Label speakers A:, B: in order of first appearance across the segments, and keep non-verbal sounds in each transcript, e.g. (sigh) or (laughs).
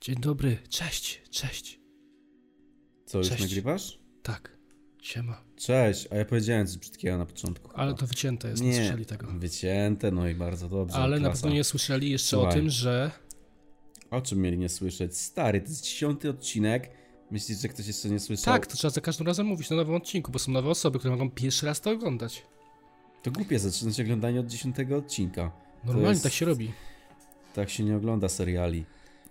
A: Dzień dobry, cześć, cześć.
B: Co, już
A: Cześć.
B: nagrywasz?
A: Tak, siema.
B: Cześć, a ja powiedziałem coś brzydkiego na początku. chyba.
A: Ale to wycięte jest, nie,
B: nie,
A: słyszeli tego.
B: wycięte, no i bardzo dobrze.
A: Ale na
B: klasa.
A: pewno nie słyszeli jeszcze o
B: Słuchaj.
A: tym, że
B: O czym mieli nie słyszeć? Stary, to jest dziesiąty odcinek. Myślisz, że ktoś jeszcze nie słyszał?
A: tak, to trzeba za każdym razem mówić na nowym odcinku, bo są nowe osoby, które mogą pierwszy raz to oglądać.
B: To głupie zaczynać oglądanie od dziesiątego odcinka.
A: Normalnie
B: To jest-
A: tak się robi.
B: Tak się nie ogląda seriali.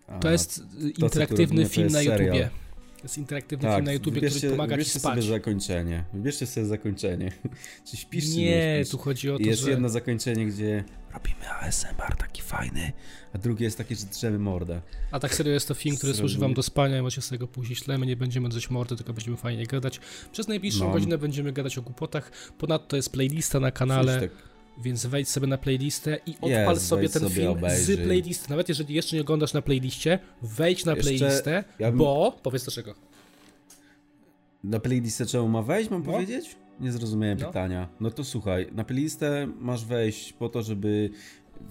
B: A,
A: To jest y,
B: co tu
A: interaktywny
B: robimy, to
A: film
B: jest
A: na
B: serial. Tak,
A: YouTubie. To jest interaktywny film na YouTubie, który
B: wybierzcie-
A: pomaga ci
B: wybierzcie
A: spać.
B: sobie zakończenie. Wybierzcie sobie zakończenie. (laughs) Czy śpisz, czy nie
A: nie,
B: śpisz?
A: tu chodzi o
B: I
A: to,
B: jest
A: że...
B: jedno zakończenie, gdzie robimy ASMR taki fajny, a drugie jest takie, że drzemy mordę.
A: A tak serio jest to film, który
B: Zrobił.
A: służy wam do spania i macie z tego później ślemy, nie będziemy drzeć mordy, tylko będziemy fajnie gadać. Przez najbliższą
B: No.
A: godzinę będziemy gadać o głupotach. Ponadto jest playlista na
B: Coś
A: kanale,
B: tak-
A: więc wejdź sobie na playlistę i odpal
B: Jest,
A: sobie
B: wejdź
A: ten
B: sobie
A: film
B: obejrzyj.
A: z playlisty. Nawet jeżeli jeszcze nie oglądasz na playliście, wejdź na
B: Jeszcze
A: playlistę,
B: ja bym-
A: bo... Powiedz dlaczego.
B: Na playlistę czemu ma wejść, mam
A: No.
B: powiedzieć? Nie zrozumiałem
A: No.
B: pytania. No to słuchaj, na playlistę masz wejść po to, żeby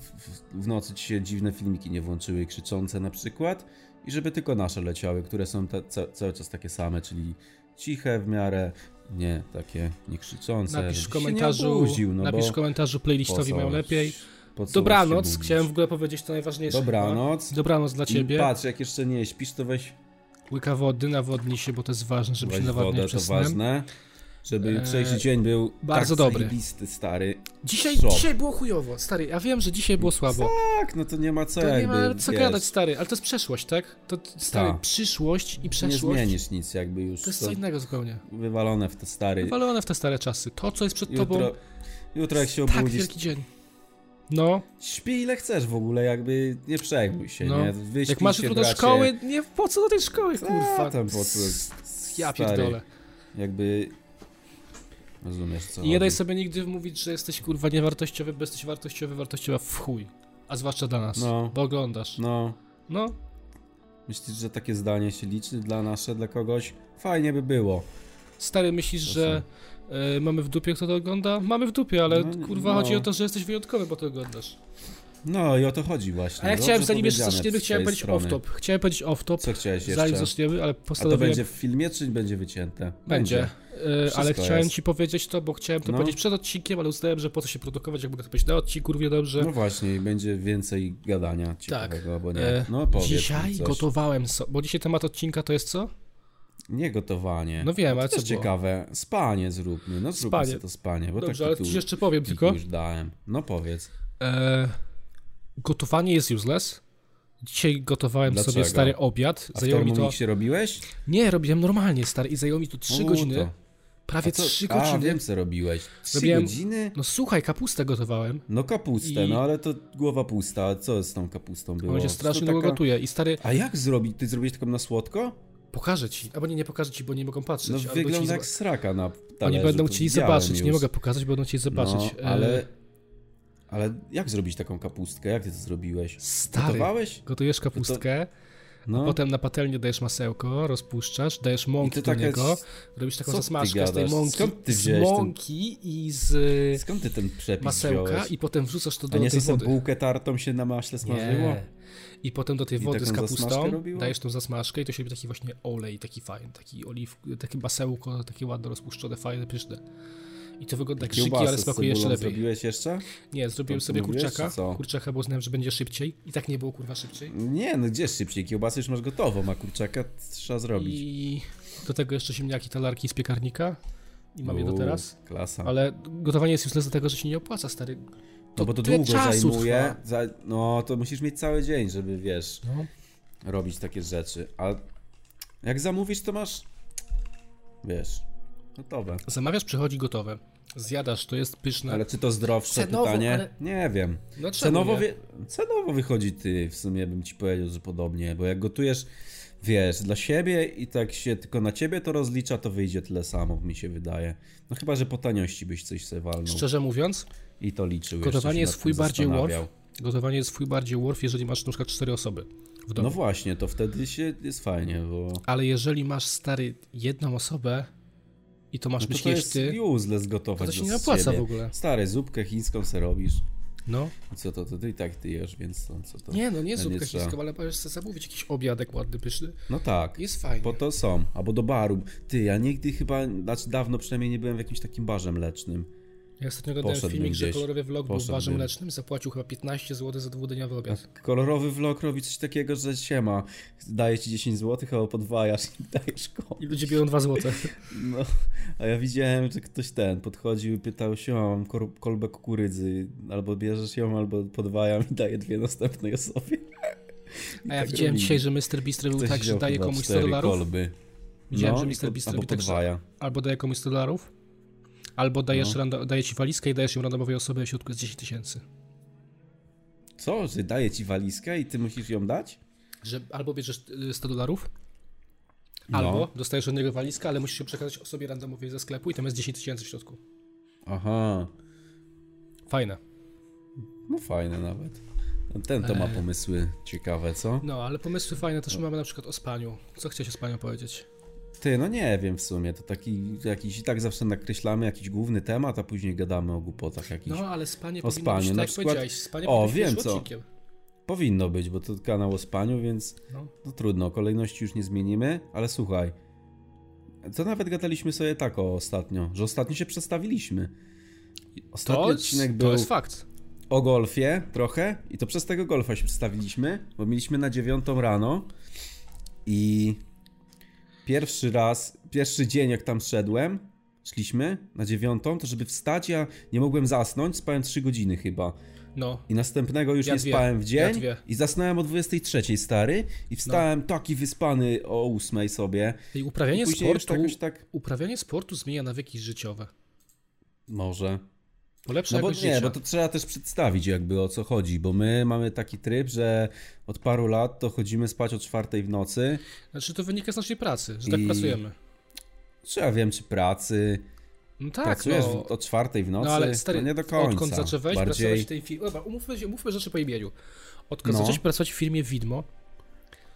B: w, w- w nocy ci się dziwne filmiki nie włączyły, krzyczące na przykład, i żeby tylko nasze leciały, które są ta, ca, cały czas takie same, czyli ciche w miarę, nie takie nie krzyczące. żebyś
A: Napisz w
B: się
A: komentarzu,
B: nie obudził, no
A: napisz w
B: bo
A: komentarzu
B: po
A: playlistowi
B: co-
A: mają lepiej.
B: po co się
A: Dobranoc,
B: budzić?
A: chciałem w ogóle powiedzieć to najważniejsze.
B: Dobranoc.
A: chyba. Dobranoc dla
B: I
A: ciebie.
B: patrz, jak jeszcze nie śpisz, to weź,
A: Łyka wody, nawodnij się, bo to jest ważne, żeby
B: weź
A: się
B: wodę,
A: nawadniać
B: to
A: przed snem.
B: ważne. Żeby
A: Eee,
B: jutrzejszy dzień był
A: bardzo
B: tak
A: dobry.
B: zajebisty, stary.
A: Dzisiaj,
B: Szok.
A: dzisiaj było chujowo, stary. Ja wiem, że dzisiaj było słabo.
B: Tak, no to nie ma co
A: To nie
B: jakby,
A: ma co
B: wiesz,
A: gadać, stary, ale to jest przeszłość, tak? To t- stary,
B: Tak.
A: przyszłość i
B: Nie
A: przeszłość
B: zmienisz nic jakby już.
A: to jest co innego zupełnie.
B: Wywalone w te stary.
A: Walone w te stare czasy. To, co jest przed tobą,
B: jutro, jutro jak się
A: tak
B: obudzisz,
A: wielki dzień. No,
B: śpi ile chcesz w ogóle, jakby nie przejmuj się,
A: no.
B: nie? Wyśpij
A: Jak masz
B: się,
A: jutro do
B: bracie.
A: szkoły, nie, po co do tej szkoły, kurwa.
B: A, tam po co,
A: Ja
B: stary,
A: pierdolę.
B: Jakby, rozumiesz co
A: I nie
B: chodzi.
A: daj sobie nigdy mówić, że jesteś, kurwa, niewartościowy, bo jesteś wartościowy, wartościowa w chuj. A zwłaszcza dla nas,
B: No.
A: bo oglądasz.
B: No,
A: No,
B: myślisz, że takie zdanie się liczy dla nasze, dla kogoś? Fajnie by było.
A: Stary, myślisz,
B: No
A: że y, mamy w dupie, kto to ogląda? Mamy w dupie, ale
B: No nie-
A: kurwa
B: no.
A: chodzi o to, że jesteś wyjątkowy, bo to oglądasz.
B: No i o to chodzi właśnie.
A: A ja
B: Dobrze
A: chciałem, zanim jeszcze
B: powiedziane
A: zaczniemy,
B: z
A: chciałem
B: twojej
A: powiedzieć
B: strony.
A: off-top. Chciałem powiedzieć off-top,
B: Co chciałeś jeszcze?
A: zanim zaczniemy, ale
B: A to
A: postanowiłem...
B: będzie w filmie, czy będzie wycięte?
A: Będzie, Y, ale
B: Wszystko
A: chciałem
B: jest.
A: ci powiedzieć to, bo chciałem to
B: No.
A: powiedzieć przed odcinkiem, ale uznałem, że po co się produkować, jak mogę to powiedzieć na odcinku równie dobrze.
B: No właśnie, i będzie więcej gadania ciekawego, albo nie.
A: Tak. E,
B: No powiedz mi
A: Dzisiaj
B: coś.
A: gotowałem, so, bo dzisiaj temat odcinka to jest co?
B: Nie gotowanie.
A: No wiem, ale
B: To
A: co
B: jest
A: było?
B: ciekawe. Spanie zróbmy. No zróbmy
A: Spanie.
B: sobie to spanie, bo
A: Dobrze,
B: tak
A: ale
B: tu
A: ci jeszcze powiem tylko.
B: już dałem. No powiedz.
A: E, gotowanie jest useless. Dzisiaj gotowałem sobie
B: Dlaczego?
A: stary obiad.
B: A w
A: Zajęło mi to.
B: termomik się robiłeś?
A: Nie, robiłem normalnie stary i zajęło mi to 3
B: U,
A: godziny.
B: to.
A: Prawie
B: A co-
A: 3
B: A,
A: godziny.
B: wiem co robiłeś. Trzy
A: Robiłem-
B: godziny?
A: No słuchaj, kapustę gotowałem.
B: No kapustę,
A: I-
B: no ale to głowa pusta. Co z tą kapustą było?
A: Bo się
B: Czy to
A: strasznie długo
B: taka-
A: gotuje. I stary,
B: A jak zrobić? Ty zrobiłeś taką na słodko?
A: pokażę ci. Albo nie, nie pokażę ci, bo nie mogą patrzeć.
B: No
A: albo ci
B: wygląda
A: zoba-
B: jak sraka na talerzu.
A: Oni będą
B: to
A: chcieli
B: widziałem
A: zobaczyć. Nie
B: już.
A: mogę pokazać, bo będą chcieli zobaczyć.
B: No,
A: E,
B: ale, ale jak zrobić taką kapustkę? Jak ty to zrobiłeś?
A: Stary,
B: Gotowałeś?
A: gotujesz kapustkę,
B: No.
A: potem na patelnię dajesz masełko, rozpuszczasz, dajesz mąki
B: to
A: do
B: taka
A: niego,
B: jest-
A: robisz taką
B: tak Co ty
A: zasmażkę z tej
B: gadasz?
A: mąki,
B: Skąd ty
A: z
B: wziąłeś ten-
A: mąki i z e,
B: Skąd ty ten przepis
A: masełka
B: wziąłeś?
A: i potem wrzucasz to do
B: A nie
A: tej
B: sobie
A: wody.
B: bułkę tartą się na maśle smażyło?
A: Nie. I potem do tej
B: I
A: wody
B: taką
A: z
B: zasmażkę
A: kapustą
B: robiło?
A: dajesz tą zasmażkę i to się robi taki właśnie olej, taki fajny, taki oliw, takie basełko, takie ładno rozpuszczone, fajne, pyszne. I to wygląda jak żyki,
B: Kiełbasę
A: ale
B: z
A: smakuje jeszcze
B: cebulą
A: lepiej.
B: zrobiłeś jeszcze?
A: Nie, zrobiłem
B: To
A: sobie
B: mówiłeś,
A: kurczaka,
B: czy co?
A: kurczaka, bo znałem, że będzie szybciej i tak nie było kurwa szybciej.
B: Nie, no gdzie szybciej? Kiełbasę już masz gotową, a kurczaka trzeba zrobić.
A: I do tego jeszcze ziemniaki, talarki z piekarnika i mam je do
B: Uuu,
A: teraz.
B: Klasa.
A: Ale gotowanie jest useless dlatego, że się nie opłaca, stary.
B: no bo to
A: tyle
B: długo
A: czasu
B: zajmuje.
A: trwa.
B: Za, no to musisz mieć cały dzień, żeby wiesz,
A: No.
B: robić takie rzeczy. A jak zamówisz, to masz. Wiesz, gotowe.
A: Zamawiasz, przychodzi gotowe. Zjadasz, to jest pyszne.
B: Ale czy to zdrowsze
A: No. Cenowo,
B: pytanie?
A: ale-
B: Nie wiem.
A: No czemu
B: Cenowo,
A: nie?
B: wie... Cenowo wychodzi ty, w sumie bym ci powiedział, że podobnie, bo jak gotujesz, wiesz, dla siebie i tak się tylko na ciebie to rozlicza, to wyjdzie tyle samo, mi się wydaje. No chyba, że po taniości byś coś sobie walnął
A: Szczerze mówiąc,
B: i to liczył. jeszcze
A: Gotowanie
B: się
A: jest
B: nad
A: twój
B: tym
A: bardziej worth.
B: zastanawiał.
A: Gotowanie jest twój bardziej worth, jeżeli masz na przykład cztery osoby w domu.
B: No właśnie, to wtedy się jest fajnie, bo
A: Ale jeżeli masz stary jedną osobę i to masz
B: no to,
A: być
B: to
A: myślisz
B: jest
A: ty,
B: useless gotować
A: to się
B: dla
A: nie opłaca
B: siebie.
A: w ogóle.
B: Stary, zupkę chińską se robisz.
A: No.
B: Co to, to ty i tak ty jesz, więc to, co to?
A: Nie, no nie zupkę
B: trzeba.
A: chińską, ale możesz sobie zamówić jakiś obiadek ładny, pyszny.
B: No tak.
A: Jest fajnie.
B: Po to są. Albo do baru. Ty, ja nigdy chyba, znaczy dawno przynajmniej nie byłem w jakimś takim barze mlecznym.
A: Ja ostatnio oglądałem
B: Poszedłbym
A: filmik, że
B: gdzieś.
A: kolorowy vlog był w barze
B: Poszedłbym.
A: mlecznym, zapłacił chyba 15 zł za dwudniowy obiad.
B: Kolorowy vlog robi coś takiego, że siema, daje ci 10 zł, albo podwajasz i dajesz komuś.
A: I ludzie biorą 2 zł.
B: No, a ja widziałem, że ktoś ten podchodził i pytał się, mam kor- kolbę kukurydzy, albo bierzesz ją, albo podwajam i daję dwie następnej osobie. I
A: A ja
B: tak
A: widziałem
B: robili.
A: dzisiaj, że Mr. Beast robił
B: Ktoś
A: tak, że
B: wziął
A: Tak daje
B: chyba
A: komuś 100
B: cztery
A: dolarów,
B: kolby.
A: Widziałem,
B: no,
A: że
B: i
A: Mr.
B: pod-
A: Beast
B: albo
A: robi tak, że-
B: podwaja.
A: albo daje komuś 100 dolarów, albo dajesz
B: No.
A: rando, daje ci walizkę i dajesz ją randomowej osobie, a w środku jest 10 tysięcy.
B: Co, że daje ci walizkę i ty musisz ją dać?
A: Że albo bierzesz y, 100 dolarów,
B: No.
A: albo dostajesz od niego walizkę, ale musisz ją przekazać osobie randomowej ze sklepu i tam jest 10 tysięcy w środku.
B: Aha,
A: Fajne.
B: no fajne nawet. No, Ten to ma pomysły ciekawe, co?
A: No, ale pomysły fajne też mamy na przykład o spaniu. Co chciałeś o spaniu powiedzieć?
B: Ty, no nie wiem w sumie, to taki jakiś, i tak zawsze nakreślamy jakiś główny temat, a później gadamy o głupotach jakichś.
A: No, ale spanie
B: O
A: powinno spanie, być, tak
B: spaniu, na
A: jak
B: przykład-
A: powiedziałeś, spanie
B: O,
A: powinno być
B: wiem
A: już
B: co.
A: odcinkiem.
B: Powinno być, bo to kanał o spaniu, więc
A: No.
B: no trudno, kolejności już nie zmienimy, ale słuchaj. To nawet gadaliśmy sobie tak o ostatnio, że ostatnio się przestawiliśmy. Ostatni
A: To,
B: odcinek
A: to
B: był
A: jest fakt.
B: o golfie trochę i to przez tego golfa się przestawiliśmy, bo mieliśmy na dziewiątą rano i pierwszy raz, pierwszy dzień jak tam szedłem, szliśmy na dziewiątą, to żeby wstać ja nie mogłem zasnąć, spałem trzy godziny chyba.
A: No,
B: I następnego już
A: Ja
B: nie
A: dwie.
B: spałem
A: Ja
B: w dzień.
A: dwie. No.
B: I zasnąłem o 23 stary. I wstałem taki wyspany o 8 sobie.
A: I uprawianie
B: I później
A: sportu,
B: już jakoś tak.
A: uprawianie sportu zmienia nawyki życiowe.
B: Może.
A: Polepsza
B: No bo
A: jakość
B: nie,
A: życia.
B: bo to trzeba też przedstawić jakby o co chodzi, bo my mamy taki tryb, że od paru lat to chodzimy spać o czwartej w nocy.
A: Znaczy to wynika z naszej pracy, że tak
B: I-
A: pracujemy.
B: Czy ja wiem, czy pracy.
A: No tak,
B: Pracujesz
A: no.
B: w- o czwartej w nocy.
A: no ale stary,
B: to nie do końca.
A: odkąd zacząłeś pracować
B: Bardziej...
A: w tej firmie, dobra, umówmy, się- umówmy rzeczy po imieniu. Odkąd
B: No.
A: zacząłeś pracować w firmie Widmo,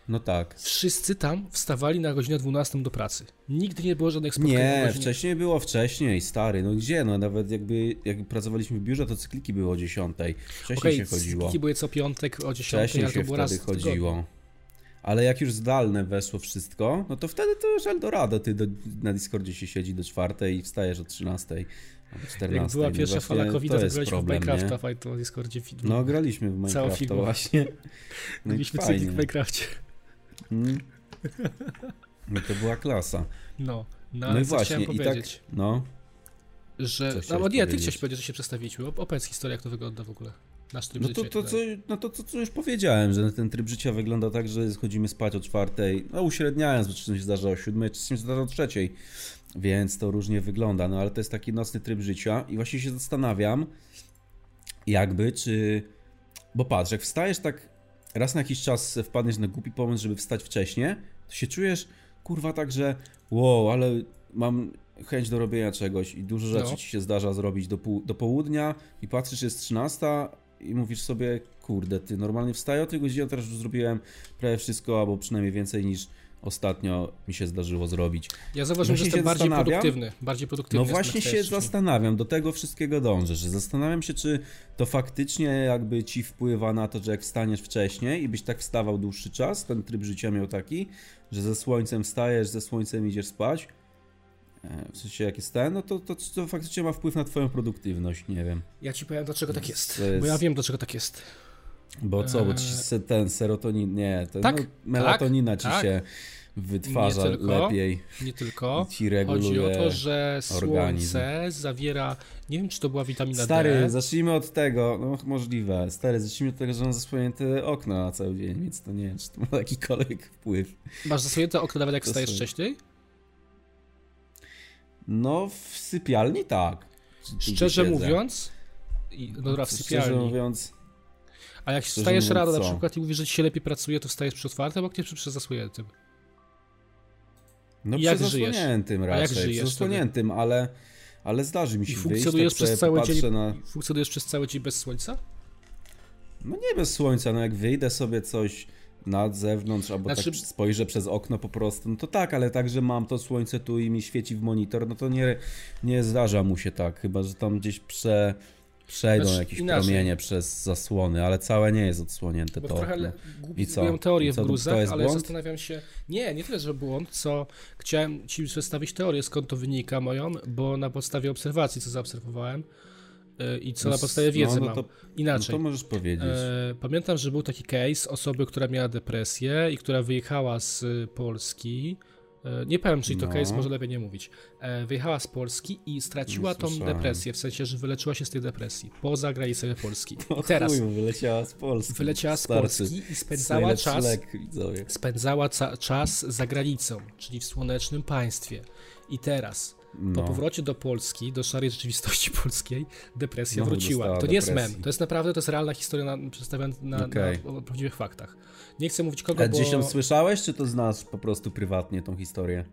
B: No tak.
A: wszyscy tam wstawali na godzinę 12 do pracy. Nigdy nie było żadnych spotkań o
B: Nie,
A: godzinie...
B: wcześniej było wcześniej, stary. No gdzie? No nawet jakby jak pracowaliśmy w biurze, to cykliki były o 10. Wcześniej
A: Okej,
B: się chodziło.
A: okay, były co piątek o 10,
B: Wcześniej
A: ale to
B: się
A: było
B: wtedy
A: raz w tygodniu.
B: chodziło. Ale jak już zdalne weszło wszystko, no to wtedy to już Eldorado, ty do, na Discordzie się siedzi do czwartej i wstajesz o 13. albo 14.
A: Jak była
B: no
A: pierwsza
B: właśnie
A: fala covid to
B: jest
A: graliśmy w
B: problem, nie?
A: Minecrafta, fajnie, to na Discordzie Widmo.
B: No graliśmy w Minecrafta
A: filmów. (laughs)
B: właśnie. No i
A: Mieliśmy
B: fajnie.
A: cyklik w Minecrafcie.
B: Mm. No to była klasa.
A: No, no
B: No,
A: ale
B: i
A: co
B: właśnie,
A: chciałem
B: i tak,
A: powiedzieć.
B: no, Co
A: Że.
B: chciałeś
A: No bo nie, ty
B: powiedzieć?
A: chciałeś powiedzieć, że się przestawiliśmy. Op- Opowiedz historię, jak to wygląda w ogóle. Nasz tryb
B: No
A: życia.
B: to,
A: i
B: to,
A: tak
B: co,
A: dalej.
B: no to, to co już powiedziałem, że ten tryb życia wygląda tak, że chodzimy spać o czwartej, no uśredniając, bo czasem się zdarza o siódmej, czasem się zdarza o trzeciej, więc to różnie wygląda, no ale to jest taki nocny tryb życia i właśnie się zastanawiam, jakby, czy... Bo patrz, jak wstajesz tak raz na jakiś czas wpadniesz na głupi pomysł, żeby wstać wcześniej, to się czujesz, kurwa, tak, że wow, ale mam chęć do robienia czegoś i dużo rzeczy
A: No.
B: ci się zdarza zrobić do, pół, do południa i patrzysz, jest 13 i mówisz sobie, kurde, ty normalnie wstaję o tej godzinie, a teraz już zrobiłem prawie wszystko, albo przynajmniej więcej niż ostatnio mi się zdarzyło zrobić.
A: Ja zauważyłem, że
B: właśnie
A: jestem
B: się
A: bardziej
B: zastanawiam.
A: produktywny. Bardziej produktywny.
B: No właśnie się
A: zastanawiam.
B: zastanawiam, do tego wszystkiego dążę, że zastanawiam się, czy to faktycznie jakby ci wpływa na to, że jak wstaniesz wcześniej i byś tak wstawał dłuższy czas, ten tryb życia miał taki, że ze słońcem wstajesz, ze słońcem idziesz spać, e, w sensie jak jest ten, no to, to, to faktycznie ma wpływ na twoją produktywność, nie wiem.
A: Ja ci powiem, dlaczego tak jest.
B: To jest-
A: Bo ja wiem, dlaczego tak jest.
B: Bo co, bo ci
A: Eee.
B: se, ten serotonin, nie, ten,
A: Tak,
B: no, melatonina ci
A: tak.
B: się wytwarza
A: Nie tylko.
B: lepiej
A: Nie tylko.
B: i ci
A: Chodzi o
B: reguluje.
A: to, że
B: organizm.
A: słońce zawiera. Nie wiem, czy to była witamina D.
B: Stary, zacznijmy od tego, no możliwe, stary, zacznijmy od tego, że mam zasłonięte okna na cały dzień, więc to nie wiem, czy to ma jakikolwiek wpływ.
A: Masz zasłonięte okno nawet jak
B: To
A: wstajesz
B: sobie-
A: wcześniej?
B: No, w sypialni tak. Czy tu
A: Szczerze
B: siedzę?
A: mówiąc. i- No dobra, w
B: Szczerze
A: sypialni.
B: mówiąc,
A: A jak
B: szczerze
A: wstajesz
B: mówiąc,
A: rano na
B: co?
A: przykład i mówisz, że ci się lepiej pracuje, to wstajesz przy otwartym oknie czy przy zasłoniętym?
B: no
A: I
B: przy
A: jak żyjesz?
B: zasłoniętym
A: jak
B: raczej, przy
A: żyjesz
B: zasłoniętym, ale, ale zdarzy mi się
A: I
B: wyjść,
A: funkcjonujesz
B: tak
A: przez
B: sobie
A: cały
B: popatrzę
A: dzień.
B: na...
A: Funkcjonujesz przez cały dzień bez słońca?
B: No nie bez słońca, no jak wyjdę sobie coś na zewnątrz, albo
A: Znaczy-
B: tak spojrzę przez okno po prostu, no to tak, ale tak, że mam to słońce tu i mi świeci w monitor, no to nie, nie zdarza mu się tak, chyba, że tam gdzieś prze, Przejdą
A: Znaczy,
B: jakieś
A: inaczej.
B: promienie przez zasłony, ale całe nie jest odsłonięte
A: Bo
B: to
A: trochę
B: okno. No
A: le- głupi
B: I co?
A: zrobiłem teorię
B: I co,
A: w
B: to
A: gruzach,
B: jest
A: ale
B: błąd?
A: zastanawiam się, nie, nie tyle, że błąd, co chciałem ci przedstawić teorię, skąd to wynika moją, bo na podstawie obserwacji, co zaobserwowałem y, i co
B: No
A: na
B: s-
A: podstawie wiedzy
B: no, no
A: mam.
B: to-
A: Inaczej.
B: No to możesz powiedzieć.
A: E, Pamiętam, że był taki case osoby, która miała depresję i która wyjechała z y, Polski. E, Nie powiem, czyli to
B: No.
A: case, może lepiej nie mówić. E, Wyjechała z Polski i straciła
B: Nie
A: tą
B: słyszałem.
A: depresję, w sensie, że wyleczyła się z tej depresji poza granicami
B: (laughs)
A: Polski. I teraz
B: Chuju, wyleciała z Polski.
A: wyleciała z
B: Starcy.
A: Polski i
B: To jest
A: spędzała
B: najlepszy
A: czas
B: Lek, widzowie.
A: spędzała ca- czas za granicą, czyli w słonecznym państwie. I teraz, po
B: No.
A: powrocie do Polski, do szarej rzeczywistości (laughs) polskiej, depresja
B: Znowu
A: wróciła. To
B: dostała
A: nie jest
B: depresji.
A: mem, to jest naprawdę, to jest realna historia na, przedstawiona na,
B: Okej.
A: na, o prawdziwych faktach. Nie chcę mówić kogo,
B: A
A: bo...
B: E, gdzieś ją słyszałeś, czy to znasz po prostu prywatnie tą historię?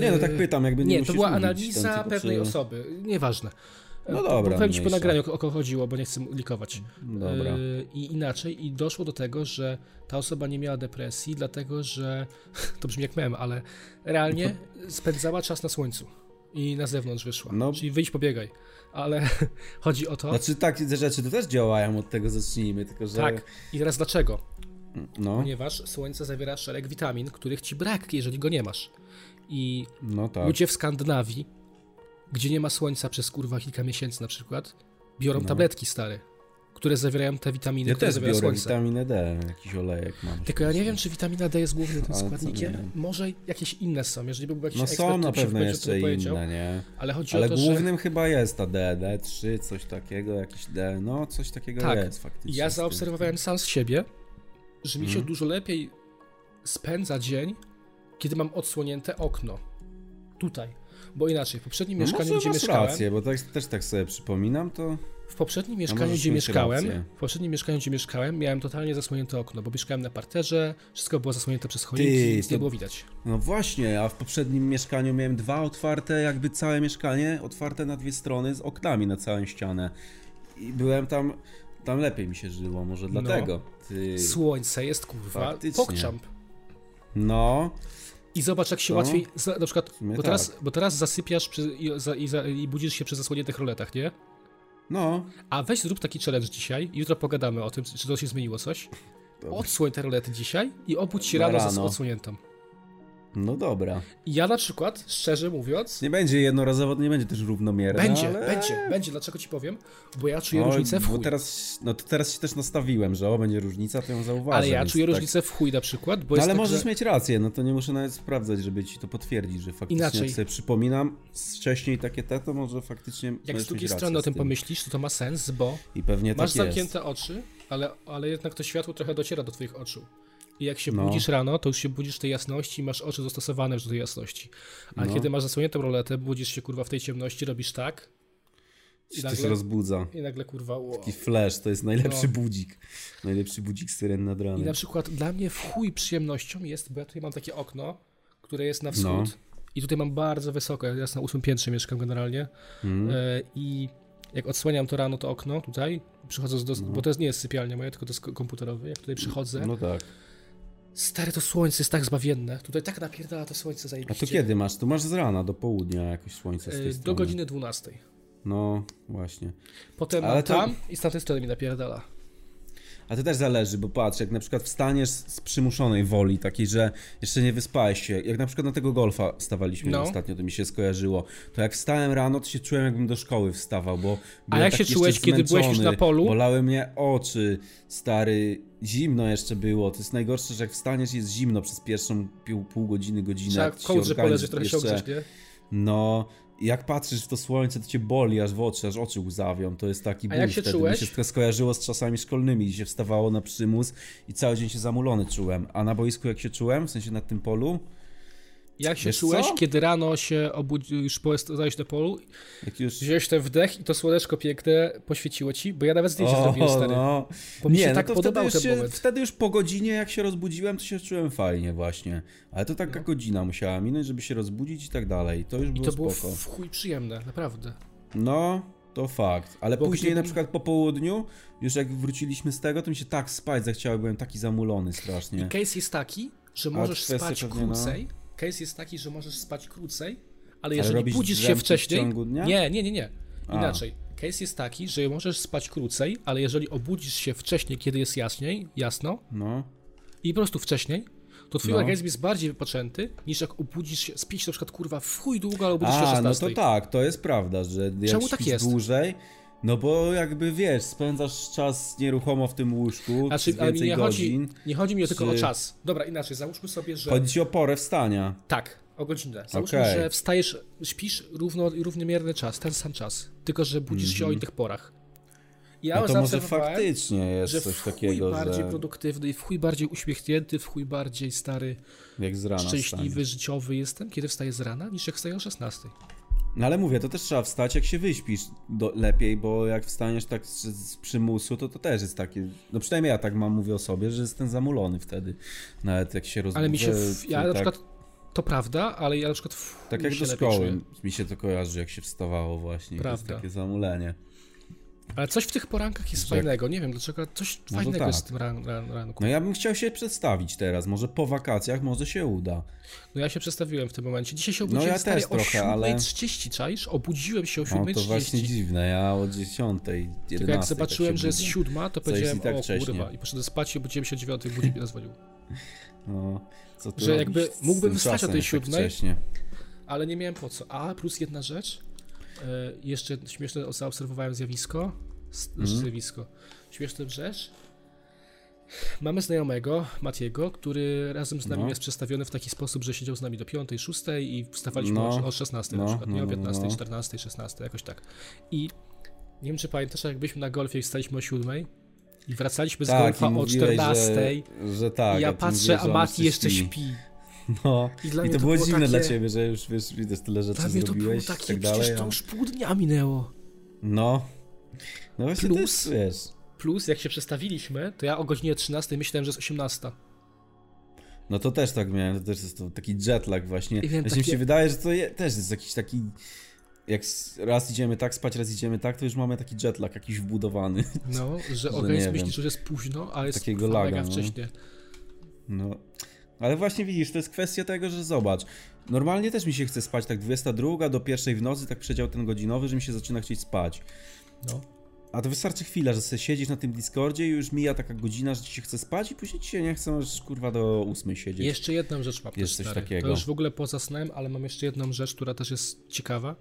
B: Nie, no tak pytam, jakby nie
A: E, Nie, to
B: musisz
A: była
B: mówić,
A: analiza
B: tam, tylko
A: pewnej
B: czy-
A: osoby, nieważne.
B: No dobra,
A: Powiem ci po
B: mniejsza.
A: nagraniu, o kogo chodziło, bo nie chcę likować.
B: Dobra.
A: Yy, I inaczej, i doszło do tego, że ta osoba nie miała depresji, dlatego że (laughs) to brzmi jak mem, ale realnie spędzała czas na słońcu i na zewnątrz wyszła.
B: No.
A: Czyli wyjdź, pobiegaj. Ale (laughs) chodzi o to.
B: Znaczy tak, te rzeczy to też działają, od tego zacznijmy, tylko że...
A: Tak. I teraz dlaczego?
B: No,
A: Ponieważ słońce zawiera szereg witamin, których ci brak, jeżeli go nie masz. I
B: no tak.
A: ludzie w Skandynawii, gdzie nie ma słońca przez kurwa kilka miesięcy na przykład, biorą tabletki stare, które zawierają te witaminy,
B: No. Ja
A: które
B: też
A: zawiera
B: biorę
A: słońce.
B: witaminę D, jakiś olejek mam.
A: Tylko ja nie wiem, czy witamina D jest głównym tym
B: Ale co nie
A: składnikiem.
B: wiem.
A: Może jakieś inne są, jeżeli byłby jakiś
B: No
A: ekspert,
B: są
A: który się
B: na pewno
A: wypowiedział, to
B: jeszcze
A: by powiedział.
B: inne, nie?
A: Ale chodzi
B: Ale
A: o to, że
B: głównym chyba jest ta D, D3, coś takiego, jakiś D, no coś takiego
A: Tak.
B: jest faktycznie.
A: ja
B: z tym.
A: zaobserwowałem sam z siebie, że mi
B: Mhm.
A: się dużo lepiej spędza dzień, kiedy mam odsłonięte okno. Tutaj. Bo inaczej, w poprzednim
B: No
A: mieszkaniu,
B: może
A: gdzie
B: masz
A: mieszkałem,
B: rację, bo tak, też tak sobie przypominam, to...
A: w poprzednim
B: No, możesz
A: mieszkaniu, gdzie
B: mieć
A: mieszkałem,
B: rację.
A: w poprzednim mieszkaniu, gdzie mieszkałem, miałem totalnie zasłonięte okno, bo mieszkałem na parterze, wszystko było zasłonięte przez choinki,
B: Ty,
A: nic nie
B: to-
A: było widać.
B: No właśnie, a w poprzednim mieszkaniu miałem dwa otwarte, jakby całe mieszkanie, otwarte na dwie strony z oknami na całą ścianę. I byłem tam, tam lepiej mi się żyło, może
A: No.
B: dlatego. Ty...
A: Słońce jest kurwa,
B: Faktycznie.
A: pokczamp.
B: No,
A: I zobacz, jak się
B: No.
A: łatwiej. Za, na przykład,
B: sumie tak.
A: bo teraz, bo teraz zasypiasz przy, i, za, i, za, i budzisz się przy zasłoniętych roletach, nie?
B: no.
A: A weź zrób taki challenge dzisiaj. Jutro pogadamy o tym, czy to się zmieniło coś. Odsłoń te rolety dzisiaj i obudź się
B: Na
A: rano, rano. z
B: rano.
A: odsłoniętą.
B: No dobra.
A: I ja na przykład, szczerze mówiąc,
B: Nie będzie jednorazowo, nie będzie też równomierne.
A: będzie,
B: ale...
A: będzie, będzie. Dlaczego ci powiem? Bo ja czuję
B: No,
A: różnicę w
B: bo
A: chuj.
B: teraz, no to teraz się też nastawiłem, że o, będzie różnica, to ją zauważę.
A: Ale ja
B: więc
A: czuję
B: tak...
A: różnicę w chuj na przykład, bo
B: No,
A: jest
B: ale
A: tak,
B: możesz
A: że...
B: mieć rację, no to nie muszę nawet sprawdzać, żeby ci to potwierdzić, że faktycznie
A: Inaczej.
B: jak sobie przypominam z wcześniej takie te, to może faktycznie
A: Jak
B: możesz
A: z drugiej
B: mieć rację
A: strony o
B: z
A: tym pomyślisz, to to ma sens, bo
B: I pewnie
A: Masz
B: tak jest.
A: zamknięte oczy, ale, ale jednak to światło trochę dociera do twoich oczu. I jak się
B: No.
A: budzisz rano, to już się budzisz w tej jasności i masz oczy dostosowane już do tej jasności. A
B: No.
A: kiedy masz zasłoniętą roletę, budzisz się kurwa w tej ciemności, robisz tak
B: Ci to
A: nagle-
B: się rozbudza.
A: i nagle kurwa wow.
B: I flash to jest najlepszy
A: No.
B: budzik. Najlepszy budzik syren nad
A: I na
B: ranem.
A: przykład dla mnie w chuj przyjemnością jest, bo ja tutaj mam takie okno, które jest na wschód
B: No.
A: i tutaj mam bardzo wysoko, ja teraz na ósmym piętrze mieszkam generalnie
B: Mhm.
A: E, i jak odsłaniam to rano to okno tutaj, przychodząc do, bo to jest, nie jest sypialnia moja, tylko to jest ko- komputerowe, jak tutaj przychodzę,
B: No tak.
A: Stare to słońce jest tak zbawienne. Tutaj tak napierdala to słońce
B: A
A: zajebiście.
B: to kiedy masz? Tu masz z rana do południa jakoś słońce z tej
A: Y,
B: strony.
A: Do godziny 12.
B: No, właśnie.
A: Potem
B: Ale
A: mam
B: to-
A: tam i z tamtej strony mi napierdala.
B: A to też zależy, bo patrz, jak na przykład wstaniesz z z przymuszonej woli, takiej, że jeszcze nie wyspałeś się, jak na przykład na tego golfa wstawaliśmy
A: No.
B: ostatnio, to mi się skojarzyło, to jak wstałem rano, to się czułem, jakbym do szkoły wstawał, bo byłem
A: jak się
B: taki
A: czułeś,
B: jeszcze
A: kiedy byłeś już
B: zmęczony,
A: na polu?
B: Bolały mnie oczy, stary, zimno jeszcze było, to jest najgorsze, że jak wstaniesz jest zimno przez pierwszą pół, pół godziny, godzinę.
A: Trzeba
B: jak ci
A: w
B: się
A: kołdrze
B: organizm
A: poleżeć, trochę się
B: jeszcze-
A: ogrzeć, nie?
B: no, jak patrzysz w to słońce, to cię boli aż w oczy, aż oczy łzawią. To jest taki
A: A
B: ból
A: jak się
B: wtedy.
A: czułeś?
B: Mi się to skojarzyło z czasami szkolnymi, gdzie się wstawało na przymus i cały dzień się zamulony czułem. A na boisku jak się czułem, w sensie na tym polu,
A: Jak się
B: Wiesz
A: czułeś,
B: co?
A: kiedy rano się obudził, już po- zajść do polu,
B: jak już...
A: wziąłeś ten wdech i to słoneczko piękne poświeciło ci? Bo ja nawet
B: (laughs)
A: zdjęcie zrobiłem, stary.
B: no.
A: Bo mi
B: nie,
A: się
B: no
A: tak
B: to
A: podobał
B: wtedy
A: ten
B: już, się,
A: moment.
B: wtedy już po godzinie, jak się rozbudziłem, to się czułem fajnie właśnie. Ale to taka godzina musiała minąć, żeby się rozbudzić i tak dalej. To już
A: No. I
B: było
A: to było
B: spoko.
A: w chuj przyjemne, naprawdę.
B: No, to fakt. Ale
A: Bo
B: później
A: gdybym-
B: na przykład po południu, już jak wróciliśmy z tego, to mi się tak spać zachciało, byłem taki zamulony
A: I
B: strasznie.
A: case jest taki, że możesz
B: kwestia
A: spać
B: pewnie, no.
A: krócej. Case jest taki, że możesz spać krócej, ale jeżeli
B: robisz
A: budzisz się
B: drzemki w
A: wcześniej.
B: ciągu dnia?
A: Nie, nie, nie, nie.
B: A.
A: Inaczej. Case jest taki, że możesz spać krócej, ale jeżeli obudzisz się wcześniej, kiedy jest jaśniej, jasno,
B: No.
A: i po prostu wcześniej, to twój
B: No.
A: organizm jest bardziej wypoczęty, niż jak obudzisz się, spisz na przykład, kurwa, w chuj długo, ale obudzisz się o
B: A, no
A: 16.
B: to tak, to jest prawda, że jak
A: Czemu
B: śpisz
A: tak jest?
B: dłużej, no bo jakby wiesz, spędzasz czas nieruchomo w tym łóżku,
A: Znaczy, ale mi
B: więcej
A: nie
B: godzin.
A: chodzi, nie chodzi mi o tylko
B: czy-
A: o czas. y, Dobra, inaczej, załóżmy sobie, że...
B: Chodzi ci o porę wstania.
A: Tak, o godzinę. Załóżmy,
B: Okej.
A: że wstajesz, śpisz równo, równomierny czas, ten sam czas, tylko że budzisz się o innych porach. Ja
B: Mhm. No to może
A: zaobserwowałem,
B: faktycznie
A: że
B: jest
A: w
B: coś
A: chuj
B: takiego,
A: bardziej
B: że
A: produktywny, w chuj bardziej uśmiechnięty, w chuj bardziej stary,
B: jak z rana
A: szczęśliwy,
B: wstanie.
A: życiowy jestem, kiedy wstaję z rana, niż jak wstaję o 16.
B: No ale mówię, to też trzeba wstać, jak się wyśpisz do, lepiej, bo jak wstaniesz tak z, z przymusu, to to też jest takie, no przynajmniej ja tak mam, mówię o sobie, że jestem zamulony wtedy, nawet jak się rozbudzę.
A: Ale mi się, w, ja
B: to
A: na
B: tak,
A: przykład, to prawda, ale ja na przykład w chuj
B: Tak jak
A: się
B: do
A: lepiej
B: szkoły,
A: czuję.
B: mi się to kojarzy, jak się wstawało właśnie, to jest
A: Prawda.
B: takie zamulenie.
A: Ale coś w tych porankach jest
B: Że-
A: fajnego, nie wiem dlaczego, ale coś
B: Może
A: fajnego
B: tak.
A: jest w tym ran, ran, ranku.
B: No ja bym chciał się przedstawić teraz, może po wakacjach, może się uda.
A: No ja się przestawiłem w tym momencie. Dzisiaj się obudziłem
B: No ja
A: stary,
B: też
A: o
B: trochę, ale-
A: 7.30, czaisz? Obudziłem się o 7.30.
B: No to właśnie dziwne, ja o 10, 11.
A: Tylko jak
B: tak
A: zobaczyłem,
B: się
A: że jest
B: budzę.
A: 7, to
B: Co jest
A: powiedziałem,
B: i tak
A: o
B: wcześnie.
A: kurwa. I poszedłem spać i obudziłem się o 9, budzik mnie zadzwonił.
B: No, co ty
A: Że
B: robisz
A: jakby
B: z
A: mógłbym
B: tym
A: wstać o
B: czasem
A: tej
B: jak tak
A: siódmej?
B: wcześnie?
A: Ale nie miałem po co. A, plus jedna rzecz. E, jeszcze śmieszne zaobserwowałem zjawisko. S- znaczy
B: Mhm.
A: Zjawisko. Śmieszna rzecz. Mamy znajomego, Matiego, który razem z nami
B: No.
A: jest przestawiony w taki sposób, że siedział z nami do 5, 6 i wstawaliśmy
B: No.
A: o- o 16 na
B: No,
A: przykład, nie
B: no,
A: o
B: no,
A: 15,
B: no.
A: 14, 16, jakoś tak. I nie wiem, czy pamiętasz, jak byliśmy na golfie i wstaliśmy o 7 i wracaliśmy z
B: Tak, i
A: golfa o
B: mówiłeś,
A: 14
B: Że, że tak.
A: i ja
B: a ty
A: patrzę,
B: mówiłeś,
A: a
B: że on
A: Mati jeszcze
B: śpi.
A: śpi.
B: No.
A: I dla
B: I
A: mnie
B: to
A: to
B: było
A: było
B: dziwne dla
A: takie-
B: ciebie, że już wiesz, widzisz tyle rzeczy
A: Dla mnie to było
B: zrobiłeś
A: takie,
B: i tak dalej.
A: przecież to
B: a-
A: już pół dnia minęło.
B: No. No właśnie
A: Plus-
B: Plus... wiesz.
A: Plus, jak się przestawiliśmy, to ja o godzinie 13 myślałem, że jest 18.
B: No to też tak miałem, to też jest to taki jetlag właśnie.
A: I wiem,
B: właśnie mi
A: takie-
B: się wydaje, że to je, też jest jakiś taki... Jak s- raz idziemy tak spać, raz idziemy tak, to już mamy taki jetlag jakiś wbudowany. (laughs)
A: No, że
B: nie
A: organizm
B: wiem.
A: myśli, że jest późno, a jest
B: Takiego
A: Takiego laga,
B: laga,
A: mega
B: no.
A: wcześnie.
B: No. Ale właśnie widzisz, to jest kwestia tego, że zobacz. Normalnie też mi się chce spać tak 22 do 1 w nocy, tak przedział ten godzinowy, że mi się zaczyna chcieć spać.
A: No.
B: A to wystarczy chwila, że sobie siedzisz na tym Discordzie i już mija taka godzina, że ci się chce spać i później ci się nie chce aż kurwa do 8 siedzieć.
A: Jeszcze jedną rzecz mam
B: Jest
A: też,
B: coś
A: stary.
B: takiego.
A: To już w ogóle poza snem, ale mam jeszcze jedną rzecz, która też jest ciekawa.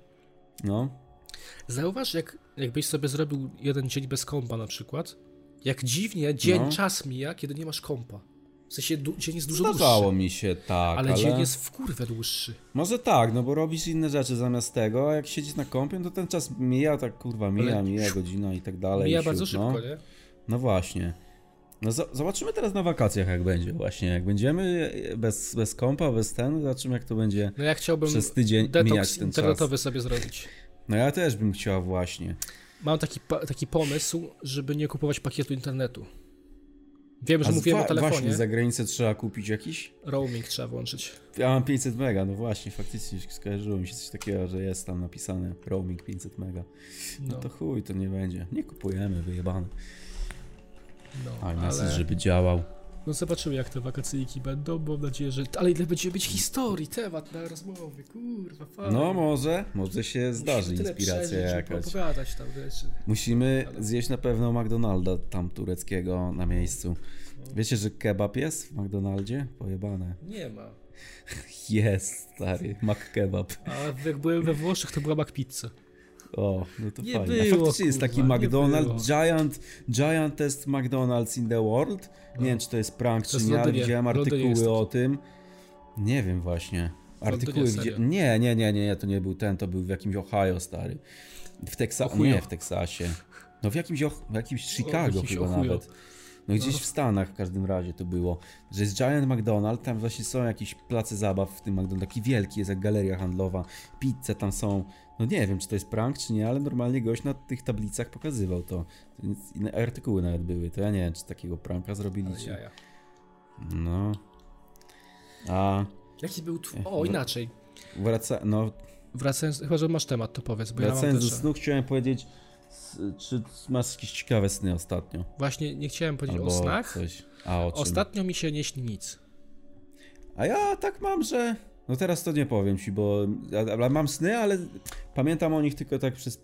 B: No.
A: Zauważ, jak, jakbyś sobie zrobił jeden dzień bez kompa na przykład, jak dziwnie dzień,
B: No.
A: czas mija, kiedy nie masz kompa. W sensie du- dzień jest dużo
B: Zdarzało
A: dłuższy,
B: mi się tak, ale,
A: ale dzień jest w kurwę dłuższy.
B: Może tak, no bo robisz inne rzeczy zamiast tego, a jak siedzisz na kompie, no to ten czas mija, tak kurwa mija,
A: Ale-
B: mija godzina i tak dalej.
A: Mija
B: i
A: bardzo
B: siód, no.
A: szybko, nie?
B: No właśnie. No zo- zobaczymy teraz na wakacjach, jak będzie właśnie. Jak będziemy bez, bez kompa, bez ten, zobaczymy jak to będzie.
A: No ja chciałbym
B: Przez tydzień mijać
A: detoks
B: ten
A: internetowy sobie zrobić.
B: No ja też bym chciał właśnie.
A: Mam taki, pa- taki pomysł, żeby nie kupować pakietu internetu. Wiem, że
B: z-
A: mówiłem o
B: wa-
A: telefonie.
B: Właśnie, za granicę trzeba kupić jakiś?
A: Roaming trzeba włączyć.
B: Ja mam 500 mega, no właśnie, faktycznie się skojarzyło mi się coś takiego, że jest tam napisane roaming 500 mega. No,
A: No.
B: to chuj, to nie będzie. Nie kupujemy, wyjebane.
A: No,
B: A
A: ale...
B: message, żeby działał.
A: no zobaczymy, jak te wakacyjki będą. Mam nadzieję, że. Ale ile będzie być historii, temat na rozmowy. Kurwa, fajnie.
B: No może, może się zdarzy
A: Musimy tyle
B: inspiracja
A: przeżyć, żeby
B: jakaś.
A: opowiadać tam rzeczy.
B: Musimy zjeść na pewno McDonalda tam tureckiego na miejscu.
A: No.
B: Wiecie, że kebab jest w McDonaldzie? Pojebane.
A: Nie ma.
B: Jest, stary. McKebab.
A: A jak byłem we Włoszech, to była McPizza.
B: O, no to
A: Nie
B: fajne.
A: było,
B: Faktycznie jest taki
A: kurwa, nie
B: McDonald's,
A: było.
B: giant, giantest McDonald's in the world. Nie wiem, czy to jest prank,
A: No. jest
B: czy
A: w
B: nie, ale
A: Londynie.
B: widziałem
A: W Londynie jest
B: artykuły o tym. Nie wiem właśnie.
A: Londynie,
B: Artykuły
A: serio.
B: widzia... Nie, nie, nie, nie, nie, to nie był ten, to był w jakimś Ohio, stary. W
A: O
B: Teksasie.
A: chujo.
B: Nie, w Teksasie. No w jakimś, och... w jakimś Chicago
A: jakimś
B: chyba
A: o chujo.
B: nawet. No gdzieś w Stanach w każdym razie to było, że jest Giant McDonald, tam właśnie są jakieś place zabaw w tym McDonald's, taki wielki jest jak galeria handlowa, pizze tam są, no nie wiem czy to jest prank czy nie, ale normalnie gość na tych tablicach pokazywał to, Więc inne artykuły nawet były, to ja nie wiem czy takiego pranka zrobili
A: Ale
B: czy...
A: jaja.
B: No... A...
A: Jaki był twój.
B: no.
A: O, inaczej.
B: Wraca... No,
A: Wracając, chyba że masz temat, to powiedz, bo ja
B: wracając
A: mam
B: do
A: też.
B: snu chciałem powiedzieć, s- czy masz jakieś ciekawe sny ostatnio?
A: Właśnie nie chciałem powiedzieć
B: Albo
A: o snach.
B: Coś. A o czym?
A: Ostatnio mi się nie śni nic.
B: A ja tak mam, że. No teraz to nie powiem ci, bo. ja- ja Mam sny, ale pamiętam o nich tylko tak przez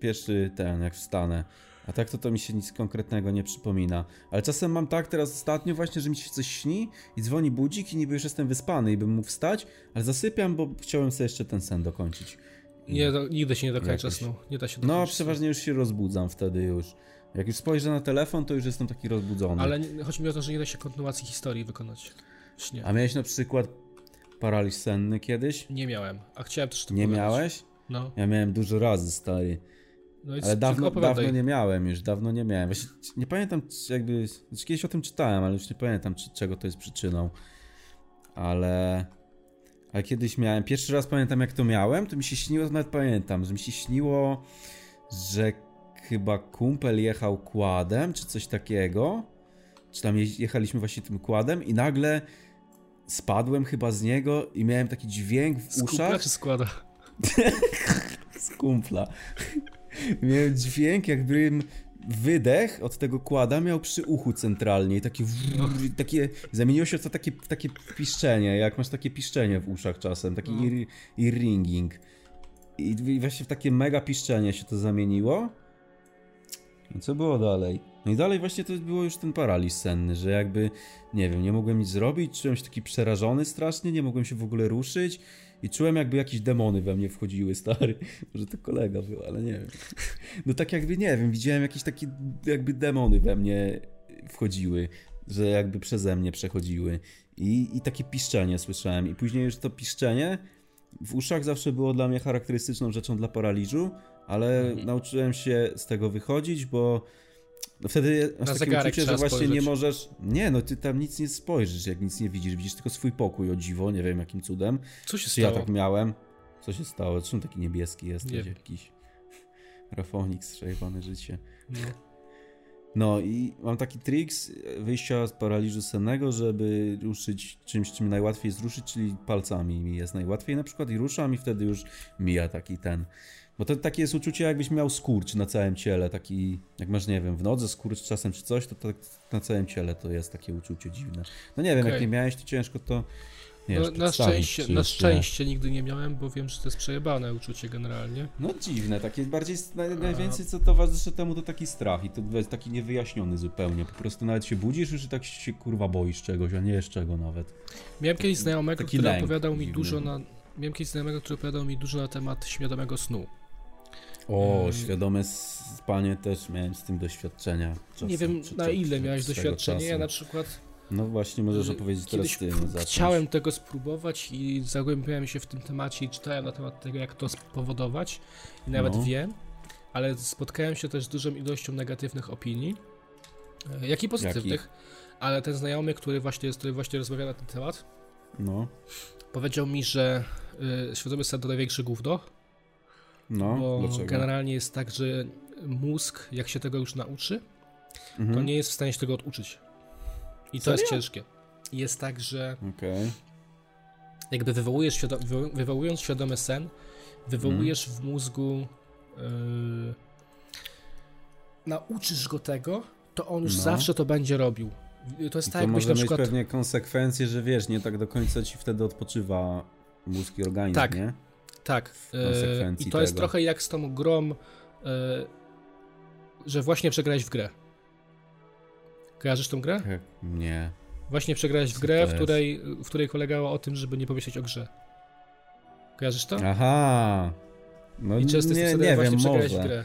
B: pierwszy ten, jak wstanę. A tak to to mi się nic konkretnego nie przypomina. Ale czasem mam tak teraz ostatnio właśnie, że mi się coś śni i dzwoni budzik i niby już jestem wyspany i bym mógł wstać, ale zasypiam, bo chciałem sobie jeszcze ten sen dokończyć. I
A: Nie, do, nigdy się nie dokończa
B: Jakoś-
A: snu. Nie da się
B: No,
A: dokończyć snu.
B: przeważnie już się rozbudzam wtedy już. Jak już spojrzę na telefon, to już jestem taki rozbudzony.
A: Ale nie- chodzi mi o to, że nie da się kontynuacji historii wykonać. w śnie.
B: A miałeś na przykład paraliż senny kiedyś?
A: Nie miałem, a chciałem też o tym
B: Nie
A: pogadać.
B: miałeś?
A: No,
B: Ja miałem dużo razy, stary.
A: no i
B: Ale dawno,
A: tylko opowiadaj.
B: dawno nie miałem już, dawno nie miałem. Właśnie c- nie pamiętam c- jakby, znaczy kiedyś o tym czytałem, ale już nie pamiętam czy, czego to jest przyczyną. Ale, ale kiedyś miałem, pierwszy raz pamiętam jak to miałem, to mi się śniło, to nawet pamiętam, że mi się śniło, że chyba kumpel jechał kładem czy coś takiego. Czy tam jeź- jechaliśmy właśnie tym kładem i nagle spadłem chyba z niego i miałem taki dźwięk w
A: Skupia
B: uszach
A: czy Znaczy składa?
B: z kumpla. (laughs) Miałem dźwięk, jakbym wydech od tego kłada miał przy uchu centralnie i takie, wrrr, i takie zamieniło się to takie, w takie piszczenie, jak masz takie piszczenie w uszach czasem, taki
A: No.
B: ear, ear ringing. I, I właśnie w takie mega piszczenie się to zamieniło. I co było dalej? No i dalej właśnie to było już ten paraliż senny, że jakby, nie wiem, nie mogłem nic zrobić, czułem się taki przerażony strasznie, nie mogłem się w ogóle ruszyć i czułem jakby jakieś demony we mnie wchodziły, stary. Może to kolega był, ale nie wiem. No tak jakby, nie wiem, widziałem jakieś takie jakby demony we mnie wchodziły, że jakby przeze mnie przechodziły i, i takie piszczenie słyszałem i później już to piszczenie w uszach zawsze było dla mnie charakterystyczną rzeczą dla paraliżu, ale
A: Mhm.
B: nauczyłem się z tego wychodzić, bo no wtedy masz
A: Na
B: takie
A: zegarek
B: uczucie, że
A: trzeba
B: właśnie nie
A: spojrzeć.
B: możesz... Nie, no ty tam nic nie spojrzysz, jak nic nie widzisz, widzisz tylko swój pokój, o dziwo, nie wiem jakim cudem.
A: Co się
B: Czy ja
A: stało?
B: tak miałem? Co się stało? Czym taki niebieski
A: Nie
B: jesteś
A: wiem.
B: jakiś? (laughs) Rafonix, przejebane życie.
A: No.
B: No i mam taki triks wyjścia z paraliżu sennego, żeby ruszyć czymś, czym najłatwiej jest ruszyć, czyli palcami mi jest najłatwiej na przykład i ruszam i wtedy już mija taki ten. Bo to takie jest uczucie, jakbyś miał skurcz na całym ciele, taki, jak masz, nie wiem, w nodze skurcz czasem czy coś, to tak na całym ciele to jest takie uczucie dziwne. No nie wiem, jak
A: Okej.
B: nie miałeś, to ciężko to, wiesz,
A: No, na
B: przedstawić,
A: szczęście,
B: czy
A: na
B: jest, nie.
A: szczęście nigdy nie miałem, bo wiem, że to jest przejebane uczucie generalnie.
B: No dziwne, takie bardziej naj, najwięcej co towarzyszy temu to taki strach i to jest taki niewyjaśniony zupełnie. Po prostu nawet się budzisz już i tak się kurwa boisz czegoś, a nie jest czego nawet.
A: Miałem kiedyś znajomego,
B: Taki
A: który
B: lęk
A: opowiadał mi
B: dziwny.
A: dużo na... Miałem kiedyś znajomego, który opowiadał mi dużo na temat świadomego snu.
B: O,
A: Mm.
B: świadome spanie też miałem z tym doświadczenia. Czasem,
A: nie wiem
B: czy-
A: na
B: czy-
A: ile
B: czy-
A: miałeś
B: swego
A: doświadczenie, ja
B: czasu.
A: na przykład
B: No właśnie, możesz
A: Że
B: opowiedzieć
A: kiedyś
B: teraz ty.
A: pró-
B: no, zacząć.
A: chciałem tego spróbować i zagłębiałem się w tym temacie i czytałem na temat tego, jak to spowodować i nawet
B: No.
A: wiem, ale spotkałem się też z dużą ilością negatywnych opinii, e, jak i pozytywnych, ale ten znajomy, który właśnie, z którym właśnie rozmawia na ten temat,
B: No,
A: powiedział mi, że y, świadomy sen to największe gówno,
B: no,
A: bo
B: dlaczego?
A: generalnie jest tak, że mózg, jak się tego już nauczy, to
B: Mhm.
A: nie jest w stanie się tego oduczyć. I to jest ciężkie. Jest tak, że
B: Okej,
A: jakby wywołujesz świado- wywo- wywołując świadomy sen, wywołujesz
B: Mhm.
A: w mózgu. Yy, nauczysz go tego, to on już
B: No.
A: zawsze to będzie robił. Yy, To jest
B: I
A: tak,
B: to
A: jakbyś
B: może
A: na
B: mieć
A: przykład.
B: pewnie konsekwencje, że wiesz, nie tak do końca ci wtedy odpoczywa mózg i organizm,
A: Tak.
B: nie?
A: Tak. yy, I to
B: konsekwencji
A: jest
B: tego.
A: trochę jak z tą grą, yy, że właśnie przegrałeś w grę. Kojarzysz tą grę?
B: Tak. Nie.
A: Właśnie przegrałeś w
B: Co
A: grę,
B: to
A: w
B: jest?
A: której, w której polegało o tym, żeby nie pomyśleć o grze. Kojarzysz to?
B: Aha. No
A: I często
B: nie,
A: jest
B: nie
A: właśnie
B: wiem,
A: przegrałeś
B: może.
A: w grę.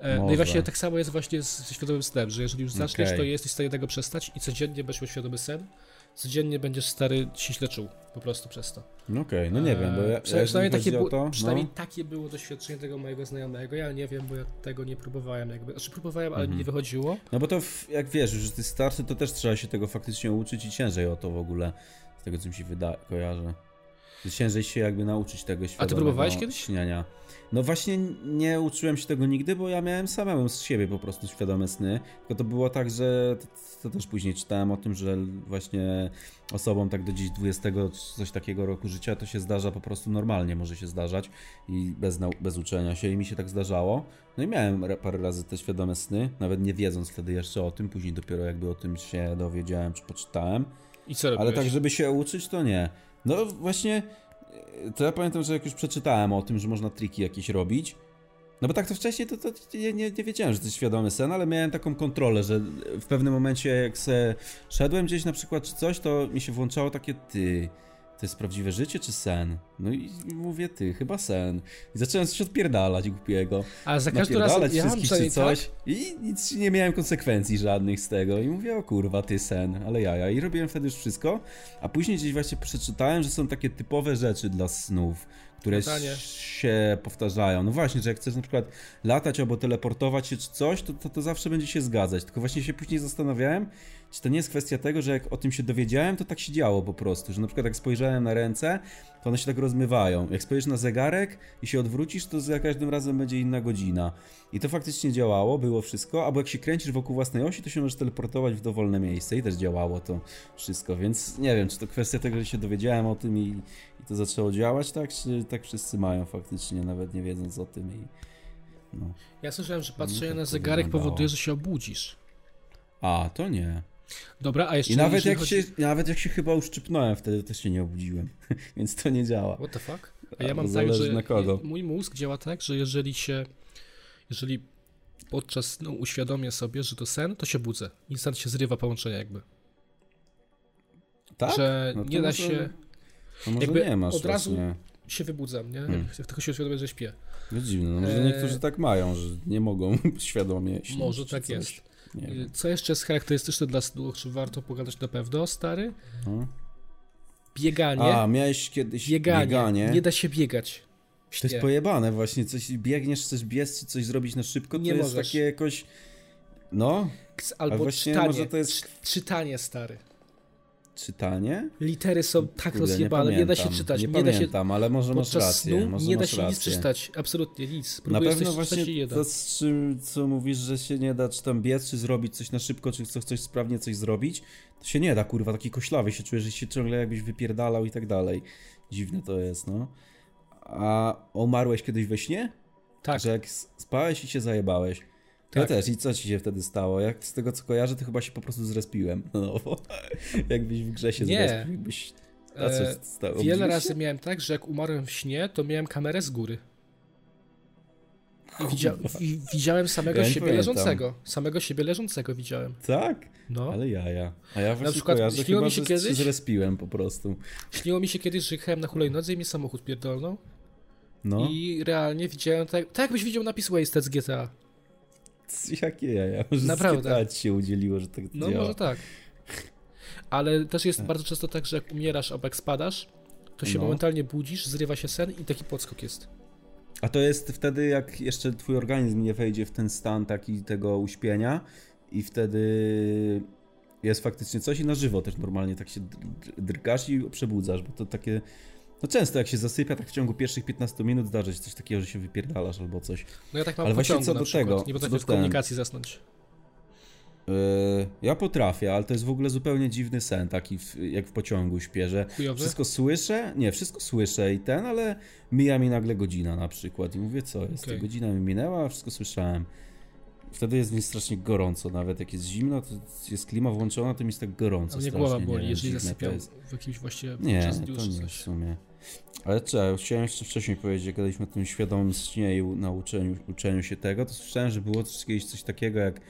A: E, No
B: Może.
A: i właśnie tak samo jest właśnie z ze świadomym snem, że jeżeli już zaczniesz,
B: Okej.
A: to jesteś w stanie tego przestać i codziennie będziesz miał świadomy sen, codziennie będziesz stary się źle czuł po prostu przez to.
B: No Okej, no nie wiem, bo ja,
A: E, przynajmniej,
B: jeżeli
A: takie,
B: chodzi o
A: było-
B: to, no.
A: przynajmniej takie było doświadczenie tego mojego znajomego, ja nie wiem, bo ja tego nie próbowałem jakby, znaczy próbowałem, ale mi nie wychodziło.
B: no, no bo to w, jak wiesz, już jesteś starszy, to też trzeba się tego faktycznie uczyć i ciężej o to w ogóle, z tego co mi się wyda- kojarzy. Że Ciężej się jakby nauczyć tego świadomego
A: próbowałeś kiedyś?
B: Śniania. No właśnie nie uczyłem się tego nigdy, bo ja miałem samemu z siebie po prostu świadome sny. Tylko to było tak, że to, to też później czytałem o tym, że właśnie osobom tak do dziś 20 czy coś takiego roku życia to się zdarza po prostu normalnie, może się zdarzać i bez, nau- bez uczenia się i mi się tak zdarzało. No i miałem ra- parę razy te świadome sny, nawet nie wiedząc wtedy jeszcze o tym, później dopiero jakby o tym się dowiedziałem czy poczytałem.
A: I co robiłeś?
B: Ale tak, żeby się uczyć, to nie. No właśnie, e, to ja pamiętam, że jak już przeczytałem o tym, że można triki jakieś robić, No bo tak to wcześniej to, to nie, nie, nie wiedziałem, że to jest świadomy sen, ale miałem taką kontrolę, że w pewnym momencie jak se szedłem gdzieś na przykład czy coś, to mi się włączało takie ty. To jest prawdziwe życie czy sen? No i mówię ty, chyba sen. I zacząłem coś odpierdalać głupiego.
A: A za każdym razem ja mam
B: wszystkich czy
A: przynajmniej
B: coś.
A: tak,
B: I nic nie miałem konsekwencji żadnych z tego. I mówię, o kurwa, ty sen, ale ja, ja. I robiłem wtedy już wszystko. A później gdzieś właśnie przeczytałem, że są takie typowe rzeczy dla snów, które
A: Latanie.
B: się powtarzają. No właśnie, że jak chcesz na przykład latać albo teleportować się czy coś, to, to to zawsze będzie się zgadzać. Tylko właśnie się później zastanawiałem, czy to nie jest kwestia tego, że jak o tym się dowiedziałem, to tak się działo po prostu. Że na przykład jak spojrzałem na ręce, to one się tak rozmywają. Jak spojrzysz na zegarek i się odwrócisz, to za każdym razem będzie inna godzina. I to faktycznie działało, było wszystko. Albo jak się kręcisz wokół własnej osi, to się możesz teleportować w dowolne miejsce i też działało to wszystko. Więc nie wiem, czy to kwestia tego, że się dowiedziałem o tym i, i to zaczęło działać, tak? Czy tak wszyscy mają faktycznie, nawet nie wiedząc o tym i. No.
A: ja słyszałem, że
B: tak
A: patrzenie na
B: to
A: zegarek
B: wyglądało.
A: powoduje, że się obudzisz.
B: A, to nie.
A: Dobra, a jeszcze
B: I nawet
A: jeżeli
B: jak,
A: chodzi...
B: się, nawet jak się chyba uszczypnąłem wtedy, też się nie obudziłem. (laughs) Więc to nie działa.
A: What the fuck? A
B: Albo
A: ja mam tak,
B: zależy
A: że
B: na kogo.
A: mój mózg działa tak, że jeżeli się, jeżeli podczas snu uświadomię sobie, że to sen, to się budzę. Instant się zrywa połączenie jakby.
B: Tak?
A: Że
B: No to
A: nie da
B: może-
A: się,
B: A może
A: jakby
B: nie masz
A: od razu-
B: właśnie.
A: się wybudzam, nie?
B: Hmm.
A: Jak tylko się uświadomię, że śpię.
B: To jest dziwne. No, może
A: Eee.
B: niektórzy tak mają, że nie mogą (laughs) świadomie śnić
A: Może
B: czy
A: tak
B: coś.
A: jest.
B: Nie
A: Y,
B: wiem.
A: Co jeszcze jest charakterystyczne dla snu, o czym warto pogadać na pewno, stary?
B: No.
A: Bieganie.
B: A, miałeś kiedyś
A: bieganie.
B: bieganie.
A: Nie da się biegać. w
B: To jest
A: śnie.
B: pojebane właśnie, coś biegniesz, coś biec, czy coś zrobić na szybko, to
A: Nie
B: jest
A: możesz.
B: takie jakoś... No,
A: Ks- Albo
B: właśnie
A: czytanie.
B: może to jest-
A: Cz- Czytanie, stary.
B: czytanie?
A: Litery są tak
B: No Kurde,
A: rozjebane, nie, da się
B: pamiętam.
A: czytać,
B: Nie,
A: nie, da się
B: pamiętam, ale może masz
A: podczas
B: rację.
A: snu,
B: może
A: nie da
B: masz
A: się
B: rację.
A: nic przeczytać, absolutnie nic.
B: Na
A: Próbujesz
B: pewno
A: coś czytać i
B: właśnie
A: nie da.
B: to, z czym, co mówisz, że się nie da, czy tam biec, czy zrobić coś na szybko, czy chcesz coś sprawnie coś zrobić, to się nie da, kurwa, taki koślawy się czujesz, że się ciągle jakbyś wypierdalał i tak dalej. Dziwne to jest, no. A umarłeś kiedyś we śnie?
A: Tak,
B: Że jak s- spałeś i się zajebałeś. Ja
A: Tak.
B: też. I co ci się wtedy stało? Jak z tego co kojarzę, to chyba się po prostu zrespiłem na nowo. (laughs) Jakbyś w grze się
A: Nie.
B: zrespił, jakbyś... A co
A: E,
B: się
A: wiele
B: stało? Obudziłeś
A: razy
B: się?
A: miałem tak, że jak umarłem w śnie, to miałem kamerę z góry. I widzia i widziałem samego
B: Ja nie
A: siebie
B: pamiętam.
A: leżącego. Samego siebie leżącego widziałem.
B: Tak?
A: No.
B: Ale jaja. A ja właśnie
A: przykład
B: kojarzę
A: śniło
B: chyba,
A: mi się
B: że
A: kiedyś-
B: się zrespiłem po prostu.
A: Śniło mi się kiedyś, że jechałem na hulajnodze i mi samochód pierdolnął.
B: No.
A: I realnie widziałem tak, tak jakbyś widział napis Wasted z GTA.
B: C- (laughs) Jakie jaja? Może
A: Naprawdę.
B: Naprawdę. Z się udzieliło, że tak
A: No
B: działa.
A: może tak. Ale też jest bardzo często tak, że jak umierasz albo jak spadasz, to się
B: No.
A: momentalnie budzisz, zrywa się sen i taki podskok jest.
B: A to jest wtedy, jak jeszcze twój organizm nie wejdzie w ten stan taki tego uśpienia i wtedy jest faktycznie coś i na żywo też normalnie tak się dr- drgasz i przebudzasz, bo to takie... No często jak się zasypia, tak w ciągu pierwszych 15 minut zdarza się coś takiego, że się wypierdalasz albo coś.
A: No ja tak mam
B: Ale
A: w
B: właśnie
A: pociągu
B: co
A: na
B: do
A: przykład.
B: tego,
A: Nie
B: co
A: potrafię
B: do
A: w komunikacji zasnąć.
B: Yy, Ja potrafię, ale to jest w ogóle zupełnie dziwny sen, taki w, jak w pociągu śpię, że
A: Chujowy?
B: wszystko słyszę, nie, wszystko słyszę i ten, ale mija mi nagle godzina na przykład i mówię, co jest,
A: Okej.
B: godzina mi minęła, a wszystko słyszałem. Wtedy jest mi strasznie gorąco, nawet jak jest zimno, to jest klima włączona, to mi jest tak gorąco
A: A mnie
B: strasznie,
A: głowa
B: nie
A: boli,
B: wiem,
A: jeżeli
B: dziwne to
A: zasypiam
B: jest.
A: w jakimś właśnie
B: Nie,
A: podczas dniu
B: to
A: czy
B: nie w
A: coś.
B: sumie. Ale co, ja chciałem jeszcze wcześniej powiedzieć, jak gadaliśmy o tym świadomym śnie i u- nauczeniu uczeniu się tego, to słyszałem, że było coś- kiedyś coś takiego jak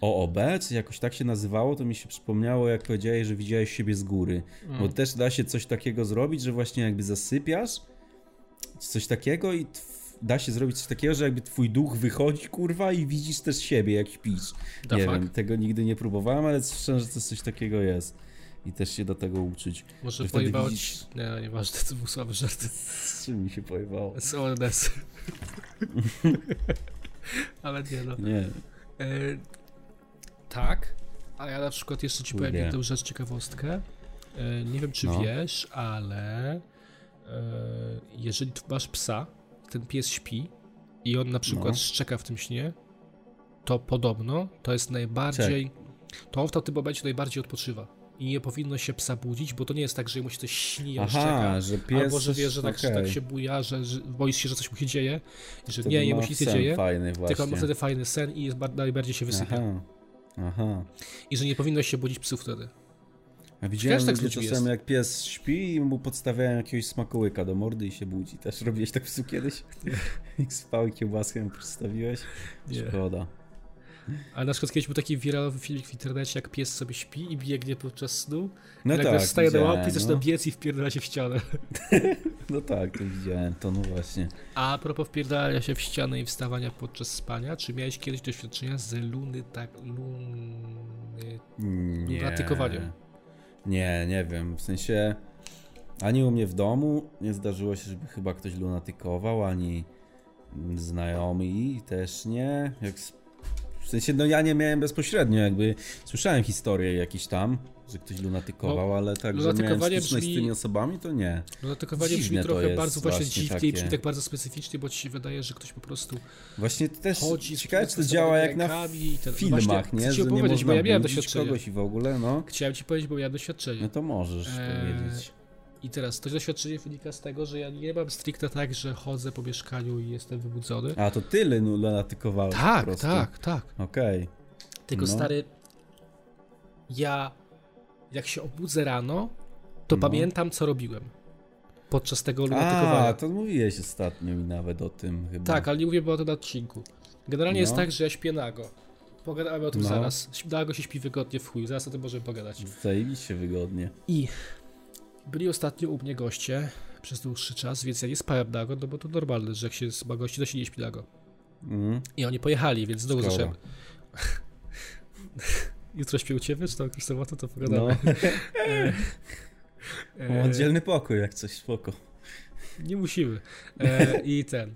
B: OOB, czy jakoś tak się nazywało, to mi się przypomniało, jak powiedziałeś, że widziałeś siebie z góry.
A: Mm.
B: Bo
A: Hmm.
B: też da się coś takiego zrobić, że właśnie jakby zasypiasz, czy coś takiego i tw- da się zrobić coś takiego, że jakby twój duch wychodzi, kurwa, i widzisz też siebie, jak śpisz.
A: Da
B: nie
A: fuck?
B: wiem, tego nigdy nie próbowałem, ale słyszałem, że coś- coś takiego jest. I też się do tego uczyć.
A: Może
B: Że wtedy
A: pojebało
B: widzisz-
A: ci... Nie, nieważne, to był słaby żart.
B: z czym mi się pojebało?
A: It's all
B: (laughs)
A: this. Ale nie no.
B: Nie.
A: E, tak, a ja na przykład jeszcze ci powiem
B: Kurde.
A: jedną rzecz, ciekawostkę. E, nie wiem, czy
B: No.
A: wiesz, ale e, jeżeli tu masz psa, ten pies śpi i on na przykład
B: No.
A: szczeka w tym śnie, to podobno to jest najbardziej... To on w tamtym momencie najbardziej odpoczywa. I nie powinno się psa budzić, bo to nie jest tak, że mu się coś śni, on szczeka.
B: Aha, że pies...
A: Albo że wiesz, że tak,
B: okej.
A: tak się buja, że, że boisz się, że coś mu się dzieje, i że
B: Wtedy
A: nie,
B: ma
A: jemu się nic nie
B: sen
A: dzieje,
B: fajny właśnie.
A: tylko on ma wtedy fajny sen i jest bar- najbardziej się wysypia.
B: Aha. Aha.
A: I że nie powinno się budzić psów wtedy.
B: A widziałem tak czasem jest. jak pies śpi i mu podstawiają jakiegoś smakołyka do mordy i się budzi. Też robiłeś tak w psu (laughs) kiedyś? Jak spał i kiełbaskę mu podstawiłeś? Nie. Szkoda.
A: Ale na przykład kiedyś był taki wiralowy filmik w internecie, jak pies sobie śpi i biegnie podczas snu. No tak, tak staje na łapy, no. zaczyna biec i wpierdala się w ścianę.
B: No tak, to widziałem, to no właśnie.
A: A propos wpierdalania się w ścianę i wstawania podczas spania, czy miałeś kiedyś doświadczenia z luny, tak, luny... lunatykowaniem?
B: Nie, nie wiem, w sensie ani u mnie w domu nie zdarzyło się, żeby chyba ktoś lunatykował, ani znajomi też nie, jak w sensie, no ja nie miałem bezpośrednio, jakby słyszałem historię jakiś tam, że ktoś lunatykował, no, ale tak, że miałem styczność brzmi, z tymi osobami, to nie.
A: No Lunatykowanie Dziwne brzmi trochę bardzo właśnie dziwnie takie... i brzmi tak bardzo specyficznie, bo ci się wydaje, że ktoś po prostu
B: Właśnie to też chodzi ciekawe, czy to działa jak na ten, filmach, właśnie, nie?
A: Chcę ci nie można bo ja miałem doświadczenie.
B: kogoś i w ogóle, no.
A: Chciałem ci powiedzieć, bo miałem doświadczenie.
B: No to możesz
A: E,
B: eee... powiedzieć.
A: I teraz to doświadczenie wynika z tego, że ja nie mam stricte tak, że chodzę po mieszkaniu i jestem wybudzony.
B: A to tyle no, lunatykowałeś
A: Tak, tak, tak.
B: Okej. Okay.
A: Tylko no. stary, ja jak się obudzę rano, to no. pamiętam co robiłem podczas tego lunatykowania.
B: A, to mówiłeś ostatnio mi nawet o tym chyba.
A: Tak, ale nie mówię o tym na odcinku. Generalnie no. jest tak, że ja śpię nago. Pogadamy o tym zaraz. Nago się śpi wygodnie w chuj, zaraz o tym możemy pogadać.
B: Zajebiście wygodnie.
A: I byli ostatnio u mnie goście przez dłuższy czas, więc ja nie spałem nago, no bo to normalne, że jak się ma gości, to się nie śpi nago. Mm. I oni pojechali, więc znowu Szkoda. zacząłem. (laughs) Jutro śpię u ciebie, czy tam jakieś sobotę, to pogadamy. No.
B: e... Mam oddzielny pokój, jak coś, spoko.
A: Nie musimy. E... I ten.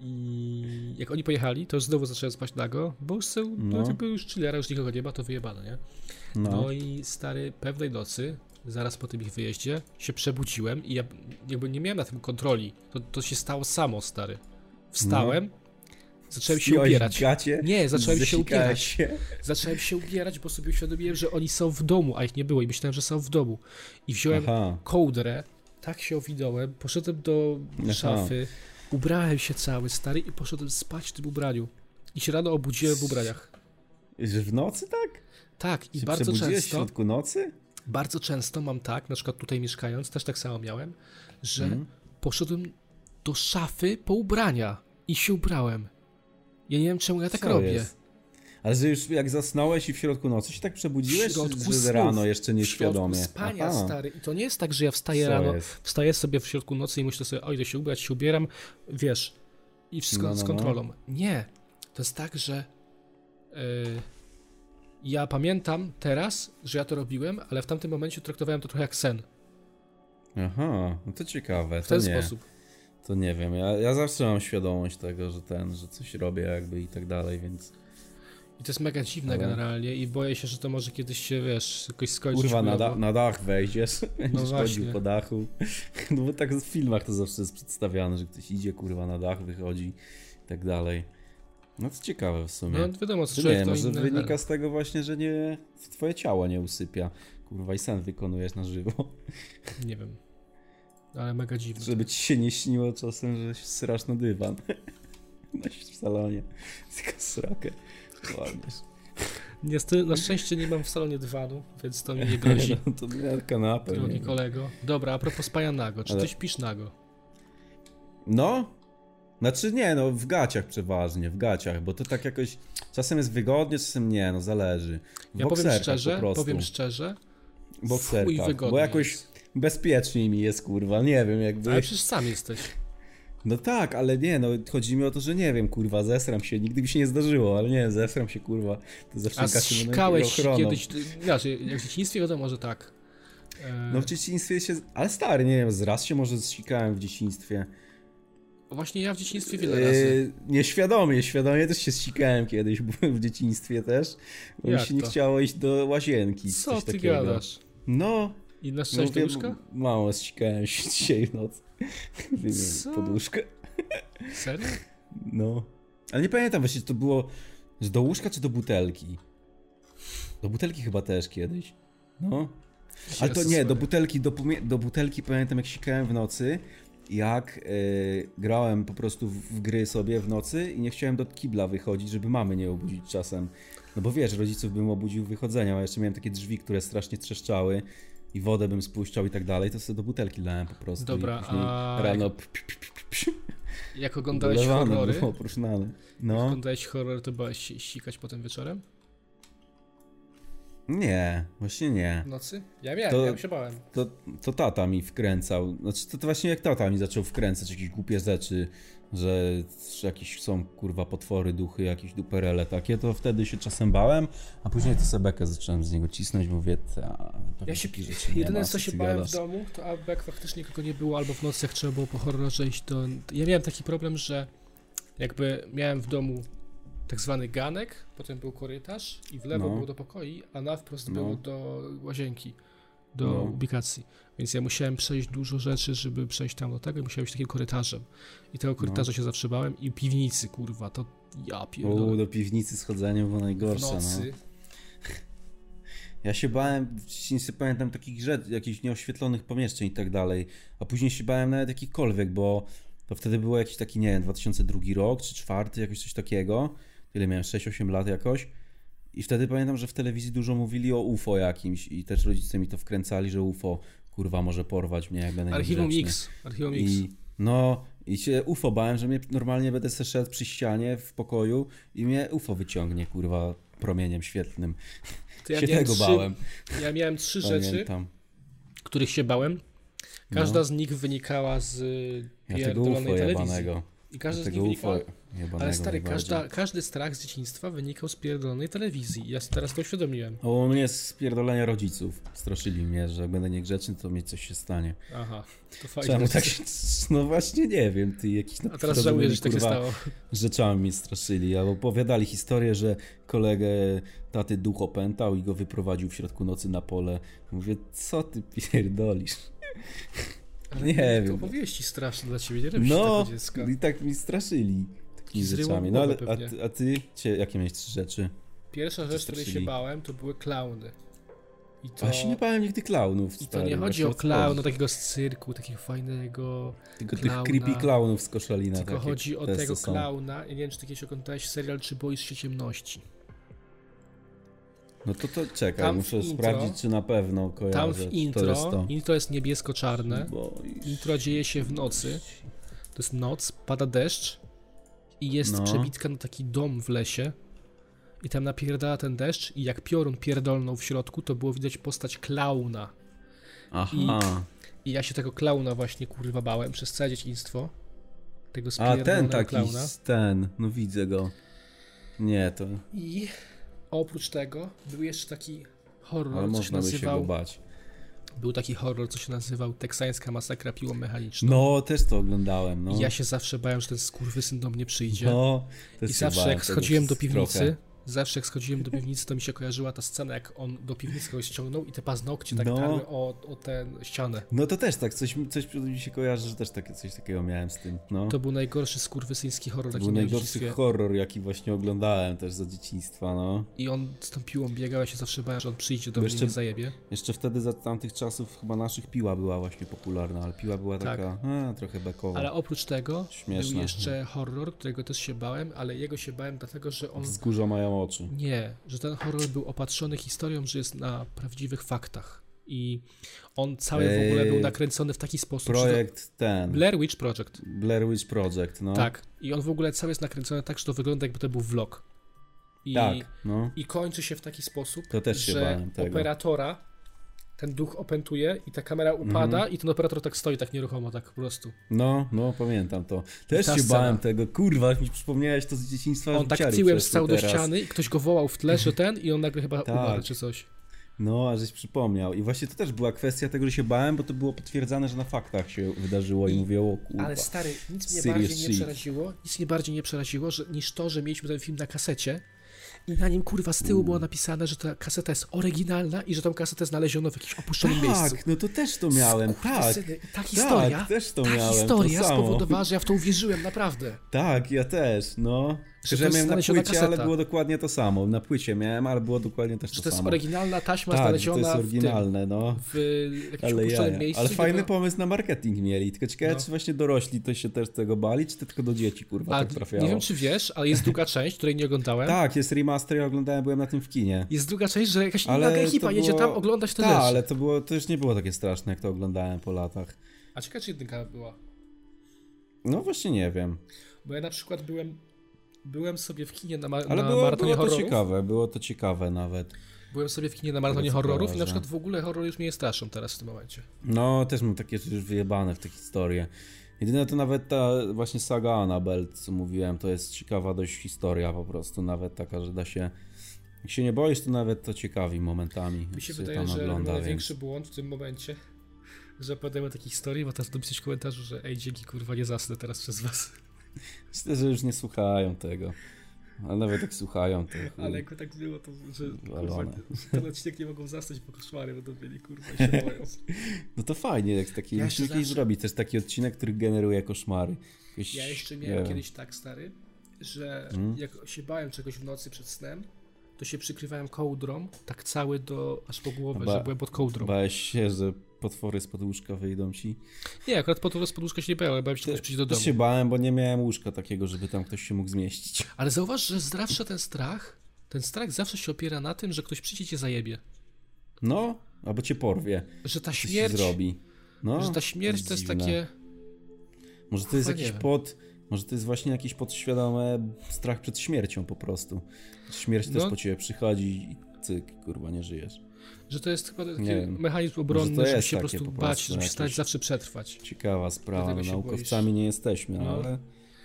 A: I jak oni pojechali, to znowu zacząłem spać nago, bo już są, no. tylko już chillera, już nikogo nie ma, to wyjebane, nie? No. no i stary, pewnej nocy, zaraz po tym ich wyjeździe się przebudziłem i ja jakby nie miałem na tym kontroli. To, to się stało samo, stary. Wstałem, no. zacząłem się Zdjąłeś ubierać.
B: Gacie,
A: nie, zacząłem się ubierać.
B: Się.
A: Zacząłem się ubierać, bo sobie uświadomiłem, że oni są w domu, a ich nie było i myślałem, że są w domu. I wziąłem Aha. kołdrę, tak się owinąłem, poszedłem do Aha. szafy, ubrałem się cały, stary, i poszedłem spać w tym ubraniu. I się rano obudziłem w ubraniach.
B: Że w nocy tak?
A: Tak, i się bardzo często. w
B: środku nocy?
A: bardzo często mam tak, na przykład tutaj mieszkając, też tak samo miałem, że mm. poszedłem do szafy po ubrania i się ubrałem. Ja nie wiem, czemu ja tak Co robię. Jest?
B: Ale że już jak zasnąłeś i w środku nocy się tak przebudziłeś,
A: że
B: snów, rano jeszcze nieświadomie. W
A: spania, Aha. stary. I to nie jest tak, że ja wstaję Co rano, jest? wstaję sobie w środku nocy i myślę sobie, oj, idę się ubrać, się ubieram, wiesz, i wszystko no, no, no. z kontrolą. Nie. To jest tak, że... Yy, ja pamiętam teraz, że ja to robiłem, ale w tamtym momencie traktowałem to trochę jak sen.
B: Aha, no to ciekawe.
A: W ten
B: to nie,
A: sposób.
B: To nie wiem, ja, ja zawsze mam świadomość tego, że ten, że coś robię jakby i tak dalej, więc...
A: I to jest mega dziwne ale... generalnie i boję się, że to może kiedyś się, wiesz, jakoś skończyć.
B: Kurwa, na, da- na dach (laughs) wejdziesz, no chodził po dachu. (laughs) No bo tak w filmach to zawsze jest przedstawiane, że ktoś idzie, kurwa, na dach, wychodzi i tak dalej. No to ciekawe w sumie.
A: No wiadomo, co nie,
B: może
A: inne, tak.
B: wynika ale... z tego właśnie, że nie twoje ciało nie usypia. Kurwa i sen wykonujesz na żywo. (laughs)
A: Nie wiem. Ale mega dziwne.
B: Żeby ci się nie śniło czasem, że się srasz na dywan. (laughs) w salonie. Tylko srakę. Ładniesz.
A: Nie, na szczęście nie mam w salonie dywanu, więc to mi nie grozi.
B: No, (laughs) to ja kanapę.
A: Drogi kolego. Dobra, a propos spania nago. Czy Ale... ty śpisz nago?
B: No, znaczy nie, no w gaciach przeważnie, w gaciach, bo to tak jakoś czasem jest wygodnie, czasem nie, no zależy. W
A: ja powiem szczerze, po prostu. powiem szczerze,
B: w bokserkach, bo jakoś jest. bezpieczniej mi jest, kurwa, nie wiem jakby.
A: Ale przecież sam jesteś.
B: No tak, ale nie, no chodzi mi o to, że nie wiem, kurwa, zesram się, nigdy mi się nie zdarzyło, ale nie wiem, zesram się, kurwa, to zawsze
A: A skałeś kiedyś, znaczy, jak w dzieciństwie wiadomo, że tak. E,
B: No w dzieciństwie się, ale stary, nie wiem, zraz się może zsikałem w dzieciństwie.
A: Właśnie ja w dzieciństwie wiele razy.
B: E,
A: Yy,
B: nieświadomie, świadomie też się ścikałem kiedyś, (laughs) byłem w dzieciństwie też, bo Jak mi się to? nie chciało iść do łazienki.
A: Co coś ty takiego. gadasz?
B: No.
A: I na szczęście mówię, łóżka?
B: Mało ścikałem się (laughs) dzisiaj w nocy. Co? Poduszkę.
A: Serio?
B: No. Ale nie pamiętam właśnie, czy to było z do łóżka, czy do butelki. Do butelki chyba też kiedyś. No. Ale to nie, do butelki, do, do butelki pamiętam jak sikałem w nocy, jak yy, grałem po prostu w, w, gry sobie w nocy i nie chciałem do kibla wychodzić, żeby mamy nie obudzić czasem. No bo wiesz, rodziców bym obudził wychodzenia, a jeszcze miałem takie drzwi, które strasznie trzeszczały i wodę bym spuszczał i tak dalej, to sobie do butelki lałem po prostu.
A: Dobra,
B: i później
A: a-
B: rano p- p- p- p- p-
A: Jak oglądałeś
B: dolewany
A: horrory,
B: było, oprócznany.
A: jak
B: No,
A: oglądałeś horror, to byłeś si- sikać potem wieczorem?
B: nie, właśnie nie.
A: W nocy? Ja miałem,
B: To-
A: ja się bałem.
B: To, to tata mi wkręcał. Znaczy, to, to właśnie jak tata mi zaczął wkręcać jakieś głupie rzeczy, że, że jakieś są kurwa potwory, duchy, jakieś duperele takie, to wtedy się czasem bałem, a później to sebekę zacząłem z niego cisnąć, mówię, ta,
A: Ja się,
B: takich rzeczy nie
A: jedyne
B: ma,
A: co się
B: ty
A: bałem w
B: gadasz.
A: domu, to albo jak faktycznie kogo nie było, albo w nocy jak trzeba było po horrorze iść do... Ja miałem taki problem, że jakby miałem w domu tak zwany ganek, potem był korytarz i w lewo
B: No.
A: był do pokoi, a na wprost
B: No.
A: był do łazienki, do
B: No.
A: ubikacji. Więc ja musiałem przejść dużo rzeczy, żeby przejść tam do tego i musiałem iść takim korytarzem. I tego korytarza się zawsze bałem i piwnicy, kurwa, to ja
B: No. U,
A: pierdolę.
B: do piwnicy schodzenie było
A: W
B: najgorsze. No.
A: nocy.
B: Ja się bałem, w dzieciństwie pamiętam takich rzeczy, jakichś nieoświetlonych pomieszczeń i tak dalej, a później się bałem nawet jakichkolwiek, bo to wtedy było jakiś taki, nie wiem, 2002 rok czy czwarty, jakoś coś takiego, tyle miałem, 6-8 lat jakoś i wtedy pamiętam, że w telewizji dużo mówili o UFO jakimś i też rodzice mi to wkręcali, że UFO kurwa może porwać mnie, jak będę
A: Archiwum
B: niegrzeczny.
A: X. Archiwum X.
B: no. I, no i się UFO bałem, że mnie normalnie będę se szedł przy ścianie w pokoju i mnie UFO wyciągnie kurwa promieniem świetlnym.
A: To ja
B: się
A: miałem
B: tego
A: trzy-
B: bałem.
A: Ja miałem trzy rzeczy.
B: (laughs) Pamiętam.
A: których się bałem. Każda
B: No.
A: z nich wynikała z y,
B: Ja tego
A: pierdolonej
B: UFO
A: telewizji.
B: jebanego.
A: I każda
B: Ja
A: z nich
B: tego UFO
A: wynikała.
B: jebanego
A: Ale stary,
B: najbardziej.
A: każda, każdy strach z dzieciństwa wynikał z pierdolonej telewizji. Ja sobie teraz to uświadomiłem.
B: O, u mnie z pierdolenia rodziców. Straszyli mnie, że jak będę niegrzeczny, to mi coś się stanie.
A: Aha, to fajnie.
B: Czemu tak się... No właśnie nie wiem, ty jakiś
A: A teraz żałuję, że tak się
B: kurwa,
A: stało.
B: rzeczami mnie straszyli, albo opowiadali historię, że kolegę taty duch opętał i go wyprowadził w środku nocy na pole. Mówię, co ty pierdolisz?
A: (laughs) Ale
B: nie
A: to
B: wiem.
A: opowieści straszne dla ciebie, nie robisz
B: No,
A: no. dziecka.
B: i tak mi straszyli takimi
A: zryło
B: rzeczami. No ale
A: głowę
B: a
A: pewnie.
B: ty, a ty cie, jakie miałeś trzy rzeczy?
A: Pierwsza rzecz, której się
B: straszyli.
A: bałem, to były klauny. I to,
B: To... Ja się nie bałem nigdy klaunów.
A: i to
B: stary, no
A: nie chodzi
B: właśnie
A: o
B: co
A: klauna
B: chodzi?
A: takiego z cyrku, takiego fajnego,
B: Tylko
A: klauna.
B: tych creepy klaunów z koszalina.
A: tylko
B: No, takie
A: chodzi o
B: testy
A: tego
B: są.
A: klauna. Ja nie wiem, czy ty kiedyś oglądałeś serial, czy boisz się ciemności.
B: No to, to czekaj,
A: Tam w
B: muszę
A: intro-
B: sprawdzić, czy na pewno kojarzę.
A: Tam w
B: czy To
A: intro,
B: jest to.
A: intro jest niebiesko-czarne,
B: Boisz
A: intro dzieje się w nocy, to jest noc, pada deszcz i jest
B: No.
A: przebitka na taki dom w lesie i tam napierdala ten deszcz i jak piorun pierdolnął w środku, to było widać postać klauna.
B: Aha.
A: I ja się tego klauna właśnie kurwa bałem przez całe dzieciństwo. Tego
B: A ten
A: spierdolonego
B: taki,
A: klauna.
B: ten, no widzę go. Nie, to,
A: I oprócz tego był jeszcze taki
B: ale
A: horror, co się
B: można by się go
A: nazywał,
B: bać.
A: był taki horror, co się nazywał Teksańska Masakra Piłą Mechaniczną.
B: No, też to oglądałem, no.
A: I ja się zawsze bałem, że ten skurwysyn do mnie przyjdzie.
B: no też
A: I
B: się
A: zawsze
B: bałem
A: jak
B: tego
A: schodziłem do
B: trochę.
A: piwnicy, zawsze jak schodziłem do piwnicy, to mi się kojarzyła ta scena, jak on do piwnicy kogoś ściągnął i te paznokcie tak
B: No.
A: tarły o, o tę ścianę.
B: No to też tak, coś, coś mi się kojarzy, że też takie, coś takiego miałem z tym, no.
A: To był najgorszy skurwysyński horror,
B: To
A: jaki
B: był
A: miałem w
B: najgorszy
A: dzieciństwie.
B: horror, jaki właśnie oglądałem też za dzieciństwa, no.
A: I on z tą piłą biegał, ja się zawsze bałem, że on przyjdzie do
B: Bo
A: mnie i
B: jeszcze-
A: mnie zajebie.
B: Jeszcze wtedy za tamtych czasów chyba naszych piła była właśnie popularna, ale piła była
A: Tak.
B: taka a, trochę bekowa.
A: Ale oprócz tego
B: Śmieszne.
A: był jeszcze horror, którego też się bałem, ale jego się bałem dlatego, że on...
B: Wzgórza mają oczy.
A: Nie, że ten horror był opatrzony historią, że jest na prawdziwych faktach. I on cały w ogóle był
B: Eee,
A: nakręcony w taki sposób, że...
B: Projekt
A: to-
B: ten,
A: Blair Witch Project.
B: Blair Witch Project, no.
A: Tak. I on w ogóle cały jest nakręcony tak, że to wygląda jakby to był vlog. I,
B: Tak, no.
A: I kończy się w taki sposób,
B: To też się
A: że
B: bałem tego.
A: operatora ten duch opętuje i ta kamera
B: Mhm.
A: upada i ten operator tak stoi tak nieruchomo, tak po prostu.
B: No, no, pamiętam to. Też
A: ta
B: się
A: scena.
B: bałem tego, kurwa, mi przypomniałeś to z dzieciństwa.
A: On tak
B: ciary
A: tyłem
B: przeszły
A: stał do
B: teraz.
A: ściany i ktoś go wołał w tle, że ten i on nagle chyba
B: Tak.
A: umarł czy coś.
B: No, a żeś przypomniał. I właśnie to też była kwestia tego, że się bałem, bo to było potwierdzane, że na faktach się wydarzyło i mówię, o kurwa.
A: Ale stary, nic mnie
B: Serious
A: bardziej nie
B: shit.
A: przeraziło, nic mnie bardziej nie przeraziło, że, niż to, że mieliśmy ten film na kasecie i na nim kurwa z tyłu
B: Mm.
A: było napisane, że ta kaseta jest oryginalna i że tą kasetę znaleziono w jakimś opuszczonym miejscu.
B: Tak, no to też to miałem, tak.
A: Skurwysyny. Ta historia,
B: Tak, też to
A: ta
B: miałem,
A: historia
B: to samo.
A: spowodowała, że ja w to uwierzyłem, naprawdę.
B: Tak, ja też, no.
A: Że
B: Że,
A: to
B: że
A: jest
B: miałem na
A: znaleziona
B: płycie, ale
A: kaseta.
B: było dokładnie to samo. Na płycie miałem, ale było dokładnie też
A: Że
B: to,
A: to jest
B: samo.
A: oryginalna taśma
B: tak, że to
A: znaleziona
B: jest
A: w
B: oryginalne, no.
A: tym, w jakimś
B: Ale
A: opuszczonym
B: jaja.
A: miejscu.
B: Ale
A: gdzie
B: fajny
A: była-
B: pomysł na marketing mieli. Tylko ciekawe,
A: No.
B: czy właśnie dorośli to się też tego bali, czy to tylko do dzieci, kurwa,
A: A,
B: tak trafiało.
A: nie wiem, czy wiesz, ale jest druga część, której nie oglądałem.
B: Tak, jest 12 ja oglądałem, byłem na tym w kinie.
A: Jest druga część, że jakaś ale inna ekipa było... jedzie tam oglądać to Ta, też.
B: Tak, ale to, było, to już nie było takie straszne, jak to oglądałem po latach.
A: A ciekawe, czy jedynka była?
B: No właśnie nie wiem.
A: Bo ja na przykład byłem, byłem sobie w kinie na, ma-
B: Ale
A: na
B: było,
A: maratonie
B: było to
A: horrorów.
B: ciekawe, było to ciekawe nawet.
A: Byłem sobie w kinie na maratonie
B: Było
A: horrorów
B: ciekawe,
A: i na
B: że-
A: przykład w ogóle horror już mnie nie straszą teraz w tym momencie.
B: No, też mam takie rzeczy już wyjebane w te historie. Jedyne to nawet ta właśnie saga Annabelle, co mówiłem, to jest ciekawa dość historia po prostu, nawet taka, że da się... Jak się nie boisz, to nawet to ciekawi momentami,
A: Mi się
B: jak się
A: wydaje,
B: tam
A: że
B: ogląda,
A: największy błąd w tym momencie, że opowiadamy takie historie, bo teraz dopisać w komentarzu, że ej, dzięki kurwa, nie zasnę teraz przez was.
B: Mm. więc... Myślę, że już nie słuchają tego. Ale nawet jak słuchają, to... chuj.
A: Ale jakby tak było, to że kurwa,
B: Walone.
A: że ten odcinek nie mogą zasnąć, bo koszmary będą mieli, kurwa, i się boją.
B: (laughs) No to fajnie, jak taki
A: Ja
B: ja
A: się
B: musi kiedyś
A: zawsze-
B: zrobić też taki odcinek, który generuje koszmary. Jakoś,
A: Ja jeszcze
B: nie Hmm?
A: miałem
B: wiem.
A: kiedyś tak, stary, że jak się bałem czegoś w nocy przed snem, to się przykrywałem kołdrą, tak cały do, aż po głowę,
B: Ba-
A: że byłem pod kołdrą.
B: Bałeś się, że potwory spod łóżka wyjdą ci.
A: Nie, akurat po to z poduszka się nie bałem, ale bałem się że ktoś przyjść do
B: Też
A: domu.
B: się bałem, bo nie miałem łóżka takiego, żeby tam ktoś się mógł zmieścić.
A: Ale zauważ, że zawsze ten strach, ten strach zawsze się opiera na tym, że ktoś przyjdzie i cię zajebie.
B: No, albo cię porwie.
A: Że ta
B: Coś się
A: śmierć,
B: zrobi. No,
A: że ta śmierć to jest
B: dziwne.
A: takie...
B: Może to jest
A: Kurwa, nie
B: jakiś
A: wiem.
B: pod... Może to jest właśnie jakiś podświadomy strach przed śmiercią po prostu. Śmierć
A: No.
B: też po ciebie przychodzi i cyk, kurwa, nie żyjesz.
A: Że to jest chyba taki
B: Nie wiem.
A: mechanizm
B: Może
A: obronny,
B: to
A: żeby
B: jest
A: się po
B: takie
A: prostu,
B: po
A: bać,
B: prostu
A: żeby się
B: jakieś-
A: starać zawsze przetrwać.
B: Ciekawa sprawa,
A: Dlatego
B: no,
A: się
B: naukowcami nie jesteśmy,
A: No.
B: ale, ale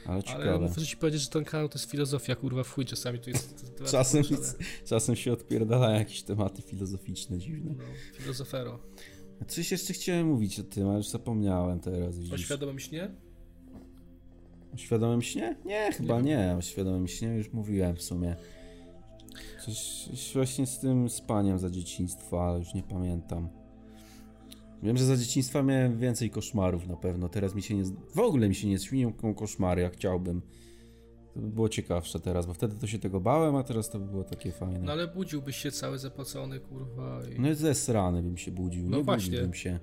A: Ale
B: ciekawe.
A: muszę ci powiedzieć, że ten kanał to jest filozofia, kurwa, w chuj czasami to jest... To, to
B: Czasem,
A: to jest-
B: czasem się odpierdalają jakieś tematy filozoficzne dziwne.
A: No, filozofero.
B: A Coś jeszcze chciałem mówić o tym, ale już zapomniałem teraz.
A: O
B: widzisz.
A: świadomym śnie?
B: O świadomym śnie? Nie, chyba
A: Nie.
B: nie. O świadomym śnie już mówiłem w sumie. Coś, coś właśnie z tym spaniem za dzieciństwa, ale już nie pamiętam. Wiem, że za dzieciństwa miałem więcej koszmarów na pewno. Teraz mi się nie. W ogóle mi się nie śmienią ko- koszmary, jak chciałbym. To by było ciekawsze teraz, bo wtedy to się tego bałem, a teraz to by było takie fajne.
A: No ale budziłbyś się cały zapocony, kurwa, i...
B: No i zesrany bym się budził,
A: No
B: nie
A: właśnie.
B: budziłbym się.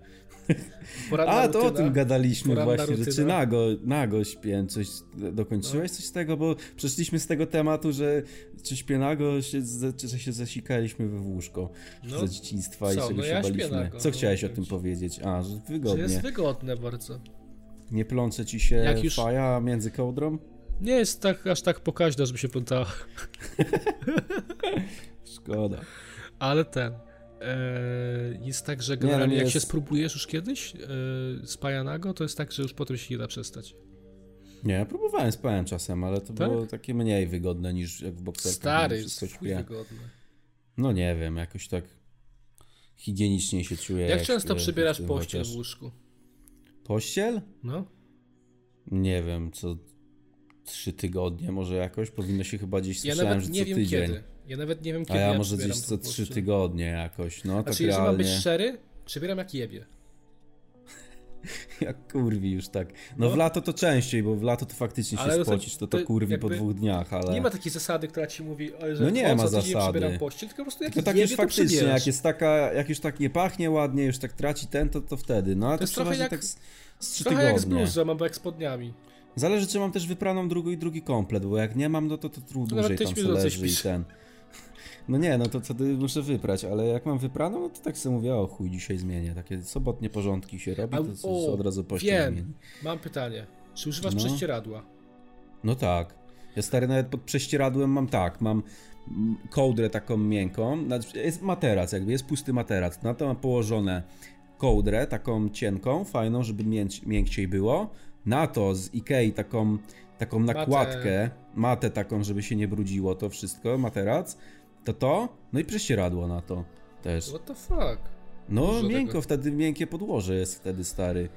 A: Poranna
B: A, to o
A: rutyna.
B: tym gadaliśmy
A: poranna
B: właśnie, że czy
A: rutyna. No.
B: nago, nago śpię, coś dokończyłeś coś z tego, bo przeszliśmy z tego tematu, że czy śpię nago, się, z- czy się zasikaliśmy we w łóżko
A: No.
B: ze dzieciństwa i
A: Co?
B: czego
A: No
B: się
A: ja śpię
B: baliśmy.
A: nago,
B: Co
A: no,
B: chciałeś o
A: więc-
B: tym powiedzieć? A, że
A: Że
B: wygodnie.
A: jest wygodne bardzo.
B: Nie plącze ci się
A: Jak już-
B: faja między kołdrą?
A: Nie jest tak, aż tak pokaźna, żeby się plątała.
B: Szkoda.
A: (laughs) Ale ten. e, jest tak, że generalnie
B: nie
A: jak
B: jest-
A: się spróbujesz już kiedyś e, spajanego, to jest tak, że już potem się nie da przestać.
B: Nie, próbowałem, spałem czasem, ale to
A: Tak?
B: było takie mniej wygodne niż jak w bokserkach.
A: Stary,
B: że wszystko
A: jest chuj
B: śpię.
A: wygodny.
B: No nie wiem, jakoś tak higienicznie się czuję.
A: Jak często
B: e,
A: przybierasz
B: w tym
A: pościel w
B: chociaż-
A: łóżku?
B: Pościel?
A: No.
B: Nie wiem, co trzy tygodnie może jakoś. Powinno się chyba gdzieś
A: Ja
B: słyszałem,
A: nawet
B: że co
A: nie wiem
B: tydzień.
A: kiedy. Ja nawet nie wiem
B: A
A: kiedy.
B: ja może
A: przybieram
B: gdzieś
A: tą
B: co trzy
A: pościel.
B: tygodnie jakoś, no tak
A: Znaczy, jeżeli mam
B: realnie.
A: być szczery, przybieram jak jebie.
B: (laughs) Jak kurwi już tak. No, w lato to częściej, bo w lato to faktycznie się
A: Ale no to-
B: spocisz, to to,
A: to
B: kurwi po
A: jakby-
B: dwóch dniach, ale...
A: Nie ma takiej zasady, która ci mówi, o, że
B: Tak. No nie
A: o,
B: ma
A: co tydzień
B: zasady.
A: przybieram pościel, tylko po prostu jak
B: To tak
A: jebie,
B: już
A: to
B: faktycznie,
A: przybierasz.
B: jak jest taka, jak już tak nie pachnie ładnie, już tak traci ten, to, to wtedy. No ale to,
A: jest trochę
B: przeważnie
A: jak-
B: tak z, z trzy
A: Trochę
B: tygodnie.
A: jak z bluzą, albo jak spodniami.
B: Zależy, czy mam też wypraną drugą i drugi komplet, bo jak nie mam, no to to trudno
A: Nawet
B: dłużej
A: ty
B: tam
A: ćwicz,
B: se
A: no, ty
B: leży i
A: śpisz.
B: ten. No nie, no to wtedy muszę wyprać, ale jak mam wypraną, no to tak sobie mówię, o chuj, dzisiaj zmienię. Takie sobotnie porządki się robi,
A: A-
B: to se-
A: o,
B: se od razu pościel
A: Wiem,
B: zmienię.
A: mam pytanie. Czy używasz
B: No.
A: prześcieradła?
B: No tak. Ja stary nawet pod prześcieradłem mam tak, mam mm, kołdrę taką miękką, znaczy jest materac jakby, jest pusty materac, na to mam położone kołdrę taką cienką, fajną, żeby mięć, miękciej było, na to z Ikei taką, taką nakładkę, matę taką, żeby się nie brudziło to wszystko, materac, to to, no i prześcieradło na to też.
A: What the fuck?
B: No
A: Dużo
B: miękko,
A: tego.
B: wtedy miękkie podłoże jest wtedy stary,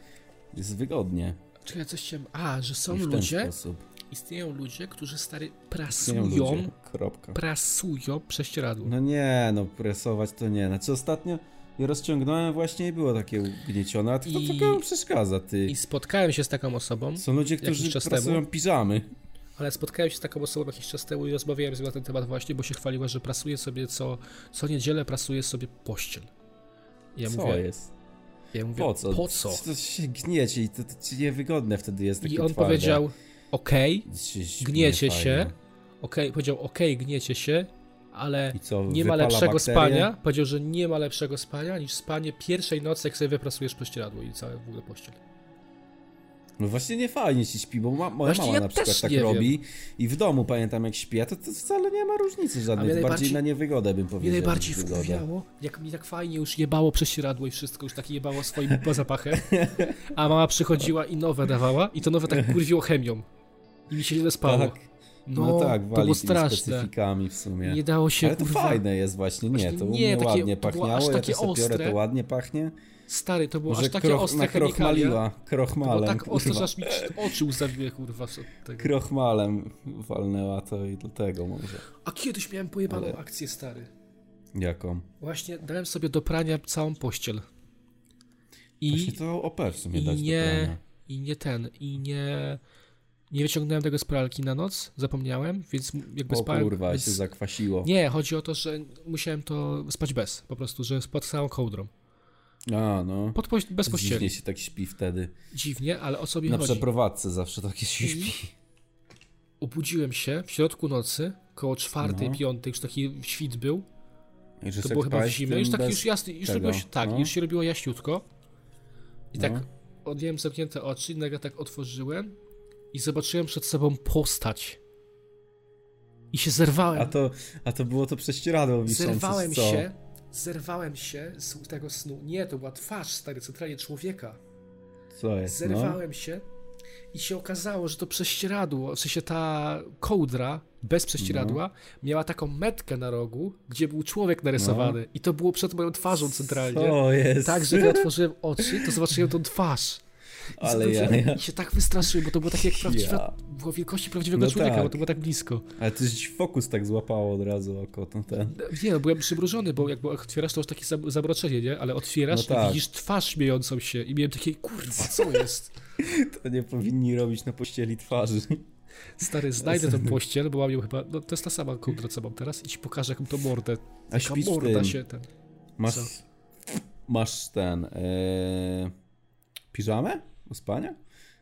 B: jest wygodnie
A: Czekaj, coś się... A, że są
B: i w ten
A: ludzie,
B: sposób.
A: istnieją ludzie, którzy stary
B: Nie wiem, ludzie,
A: prasują,
B: kropka.
A: prasują prześcieradło.
B: No nie, no presować to nie. Znaczy ostatnio je rozciągnąłem właśnie i było takie ugniecione, a to
A: I-
B: I... tylko przeszkadza, ty.
A: I spotkałem się z taką osobą,
B: Są ludzie, którzy
A: czas temu?
B: prasują piżamy.
A: ale spotkałem się z taką osobą jakiś czas temu i rozmawiałem z nią na ten temat właśnie, bo się chwaliła, że prasuje sobie co, co niedzielę prasuje sobie pościel. I Ja
B: co
A: mówię,
B: jest?
A: Ja mówię,
B: Po co?
A: Po co?
B: To się gniecie i to, to ci niewygodne wtedy jest takie
A: I on
B: twarde.
A: powiedział, okej,
B: Się śmie
A: gniecie
B: fajnie.
A: się, okej, powiedział, okej, gniecie się, ale co, nie ma lepszego bakterie? spania. Powiedział, że nie ma lepszego spania niż spanie pierwszej nocy, jak sobie wyprasujesz pościeradło i całe w ogóle pościel.
B: No właśnie nie fajnie się śpi, bo ma, moja mama ja na przykład tak robi wiem. i w domu pamiętam jak śpi, a to, to wcale nie ma różnicy żadnej, bardziej na niewygodę bym powiedział.
A: Mnie najbardziej wkurwiało, jak mi tak fajnie już jebało prześcieradło i wszystko, już takie jebało swoim zapachem, a mama przychodziła i nowe dawała i to nowe tak kurwiło chemią i mi się źle spało. Tak.
B: No, no, tak, wali to było straszne. specyfikami w sumie.
A: Nie dało się.
B: Ale to
A: kurwa...
B: fajne jest właśnie, nie, właśnie to nie, takie, ładnie to pachniało, aż takie ja to ostre. Biorę, to ładnie pachnie.
A: Stary, to było Może aż takie kroch, ostre
B: krochmaliła, krochmalem. To
A: tak ostre, że aż mi oczy uzawiły, kurwa.
B: Tego. Krochmalem walnęła to i do tego może.
A: A kiedyś miałem pojebaną Ale... akcję, stary.
B: Jaką?
A: Właśnie dałem sobie do prania całą pościel.
B: I właśnie to oper w
A: i
B: dać
A: nie, I nie ten, i nie... Nie wyciągnąłem tego z pralki na noc, zapomniałem, więc jakby
B: o,
A: spałem.
B: Kurwa,
A: więc...
B: się zakwasiło.
A: Nie, chodzi o to, że musiałem to spać bez, po prostu, że pod całą kołdrą.
B: A, no.
A: Pod poś... bez pościeli.
B: Dziwnie się tak śpi wtedy.
A: Dziwnie, ale o sobie
B: na
A: chodzi. Mm.
B: Na przeprowadzce zawsze takie się śpi.
A: Mhm. Obudziłem się w środku nocy, koło czwartej, no. piątej, już taki świt był.
B: I że
A: to było chyba w zimę. Już tak,
B: bez...
A: już jasny, już robiło się, tak, no. już się robiło jaśniutko. I no. tak odjąłem zamknięte oczy, nagle tak otworzyłem i zobaczyłem przed sobą postać. I się zerwałem.
B: A to, a to było to prześcieradło wiszące,
A: Zerwałem się, zerwałem się z tego snu. Nie, to była twarz stary, centralnie człowieka.
B: Co jest,
A: Zerwałem
B: no?
A: się i się okazało, że to prześcieradło, w sensie ta kołdra bez prześcieradła no. miała taką metkę na rogu, gdzie był człowiek narysowany no. i to było przed moją twarzą centralnie.
B: Co jest?
A: Tak, że gdy otworzyłem oczy, to zobaczyłem tą twarz.
B: I Ale ja, ja.
A: I się tak wystraszyłem, bo to było takie jak prawdziwe, ja. było wielkości prawdziwego no człowieka, tak. bo to było tak blisko.
B: Ale to fokus tak złapało od razu oko. Ten, ten.
A: Nie, no, byłem przymrużony, bo jak otwierasz, to już takie zamroczenie, nie? Ale otwierasz no tak. i widzisz twarz śmiejącą się i miałem takie, kurwa, co jest?
B: to nie powinni robić na pościeli twarzy.
A: Stary, znajdę tą pościel, bo mam ją chyba, no to jest ta sama kołdra, co mam teraz i ci pokażę, jaką to mordę.
B: A Taka
A: morda tym. się ten...
B: Masz, co? masz ten... Yy... Piżamę? Do spania?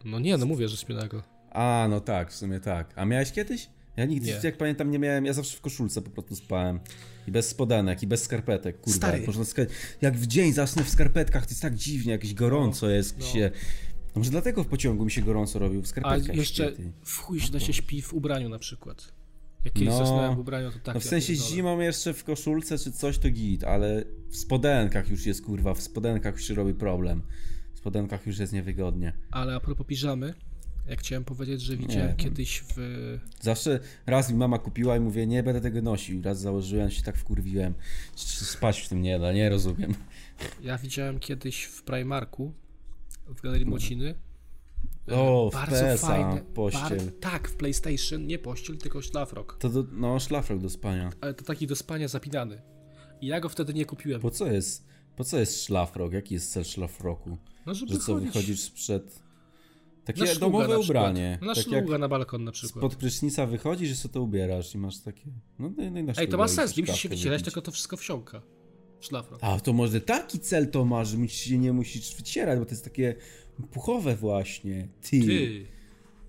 A: No nie, no mówię, że śpię nago.
B: A, no tak, w sumie tak. A miałeś kiedyś? Ja nigdy,
A: nie.
B: jak pamiętam, nie miałem. Ja zawsze w koszulce po prostu spałem. I bez spodenek, i bez skarpetek, kurwa. Stary. Można skać... Jak w dzień zasnę w skarpetkach, to jest tak dziwnie, jakieś gorąco no, jest, no. się... No może dlatego w pociągu mi się gorąco robił, w skarpetkach
A: A jeszcze śpię, w chuj źle się śpi w ubraniu na przykład. Jak kiedyś no, zasnąłem w ubraniu, to tak.
B: No w sensie zimą jeszcze w koszulce czy coś to git, ale w spodenkach już jest, kurwa, w spodenkach już się robi problem spodenkach już jest niewygodnie.
A: Ale a propos piżamy, jak chciałem powiedzieć, że widziałem nie. kiedyś w...
B: Zawsze raz mi mama kupiła i mówię, nie będę tego nosił. Raz założyłem się, tak wkurwiłem. Spać w tym nie da, nie rozumiem.
A: Ja widziałem kiedyś w Primarku, w Galerii Młociny.
B: No. O, bardzo w PSA, fajne. pościel. Bar...
A: tak, w PlayStation, nie pościel, tylko szlafrok.
B: To do, no, szlafrok do spania.
A: Ale to taki do spania zapinany. I ja go wtedy nie kupiłem.
B: Po co jest, po co jest szlafrok? Jaki jest cel szlafroku?
A: No, żeby
B: że co, chodzić... wychodzisz sprzed... Takie na domowe ubranie.
A: No, na tak szluga na balkon na przykład.
B: Spod prysznica wychodzisz i sobie to ubierasz i masz takie... No, no, no,
A: Ej, to ma sens, nie musisz się wycierać, tylko to wszystko wsiąka. Szlafrok.
B: A, to może taki cel to masz, że się nie musisz wycierać, bo to jest takie puchowe właśnie. Ty.
A: Ty.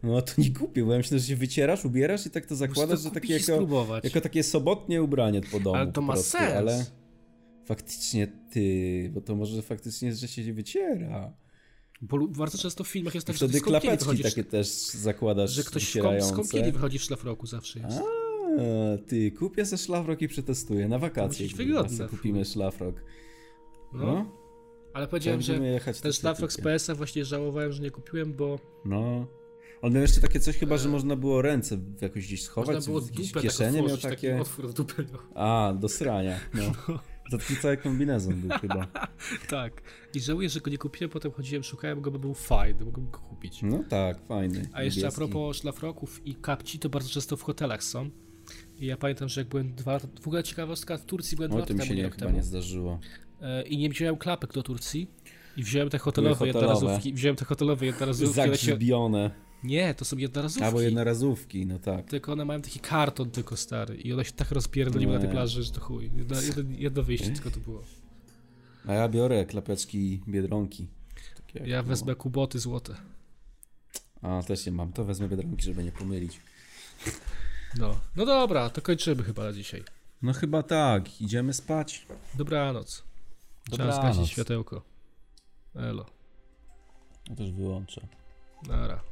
B: No to nie kupię, bo ja myślę, że się wycierasz, ubierasz i tak to zakładasz, to że takie jako, jako, takie sobotnie ubranie po domu.
A: Ale to ma
B: prostu,
A: sens.
B: Ale faktycznie ty, bo to może faktycznie, że się wyciera.
A: Bo bardzo często w filmach jest tak,
B: Wtedy że Wtedy klapeczki wychodzisz, takie też zakładasz
A: Że ktoś z kąpieli wychodzi w szlafroku zawsze jest.
B: A, ty, kupię sobie szlafrok i przetestuję na wakacje.
A: Musisz wygodne.
B: Kupimy szlafrok.
A: No. no. Ale powiedziałem, Będziemy że ten szlafrok z PS-a właśnie żałowałem, że nie kupiłem, bo...
B: No. On miał jeszcze takie coś chyba, że można było ręce jakoś gdzieś schować.
A: E. Można było
B: dupę kieszenie
A: tak
B: miał takie...
A: otwór w dupę no. miał.
B: A, do srania. No. no. To taki cały kombinezon był chyba.
A: (laughs) tak. I żałuję, że go nie kupiłem, potem chodziłem, szukałem go, bo był fajny, mógłbym go kupić.
B: No tak, fajny.
A: A jeszcze niebieski. a propos szlafroków i kapci, to bardzo często w hotelach są. I ja pamiętam, że jak byłem dwa lata, w ogóle ciekawostka, w Turcji byłem o, dwa lata temu,
B: No, się nie,
A: rok
B: chyba nie zdarzyło.
A: I nie wziąłem klapek do Turcji. I wziąłem te hotelowe, hotelowe. jednorazówki, wziąłem te hotelowe jednorazówki.
B: Zagrzybione.
A: Nie, to są jednorazówki.
B: Albo jednorazówki, no tak.
A: Tylko one mają taki karton tylko stary i one się tak rozpierdoliły na tej plaży, że to chuj. Jedno, jedno, jedno wyjście tylko to było.
B: A ja biorę klapeczki Biedronki.
A: Takie ja wezmę było. kuboty złote.
B: A, też nie mam. To wezmę Biedronki, żeby nie pomylić.
A: No, no dobra, to kończymy chyba na dzisiaj.
B: No chyba tak, idziemy spać.
A: Dobranoc. Trzeba
B: Dobranoc.
A: zgasić światełko. Elo.
B: Ja też wyłączę.
A: Nara.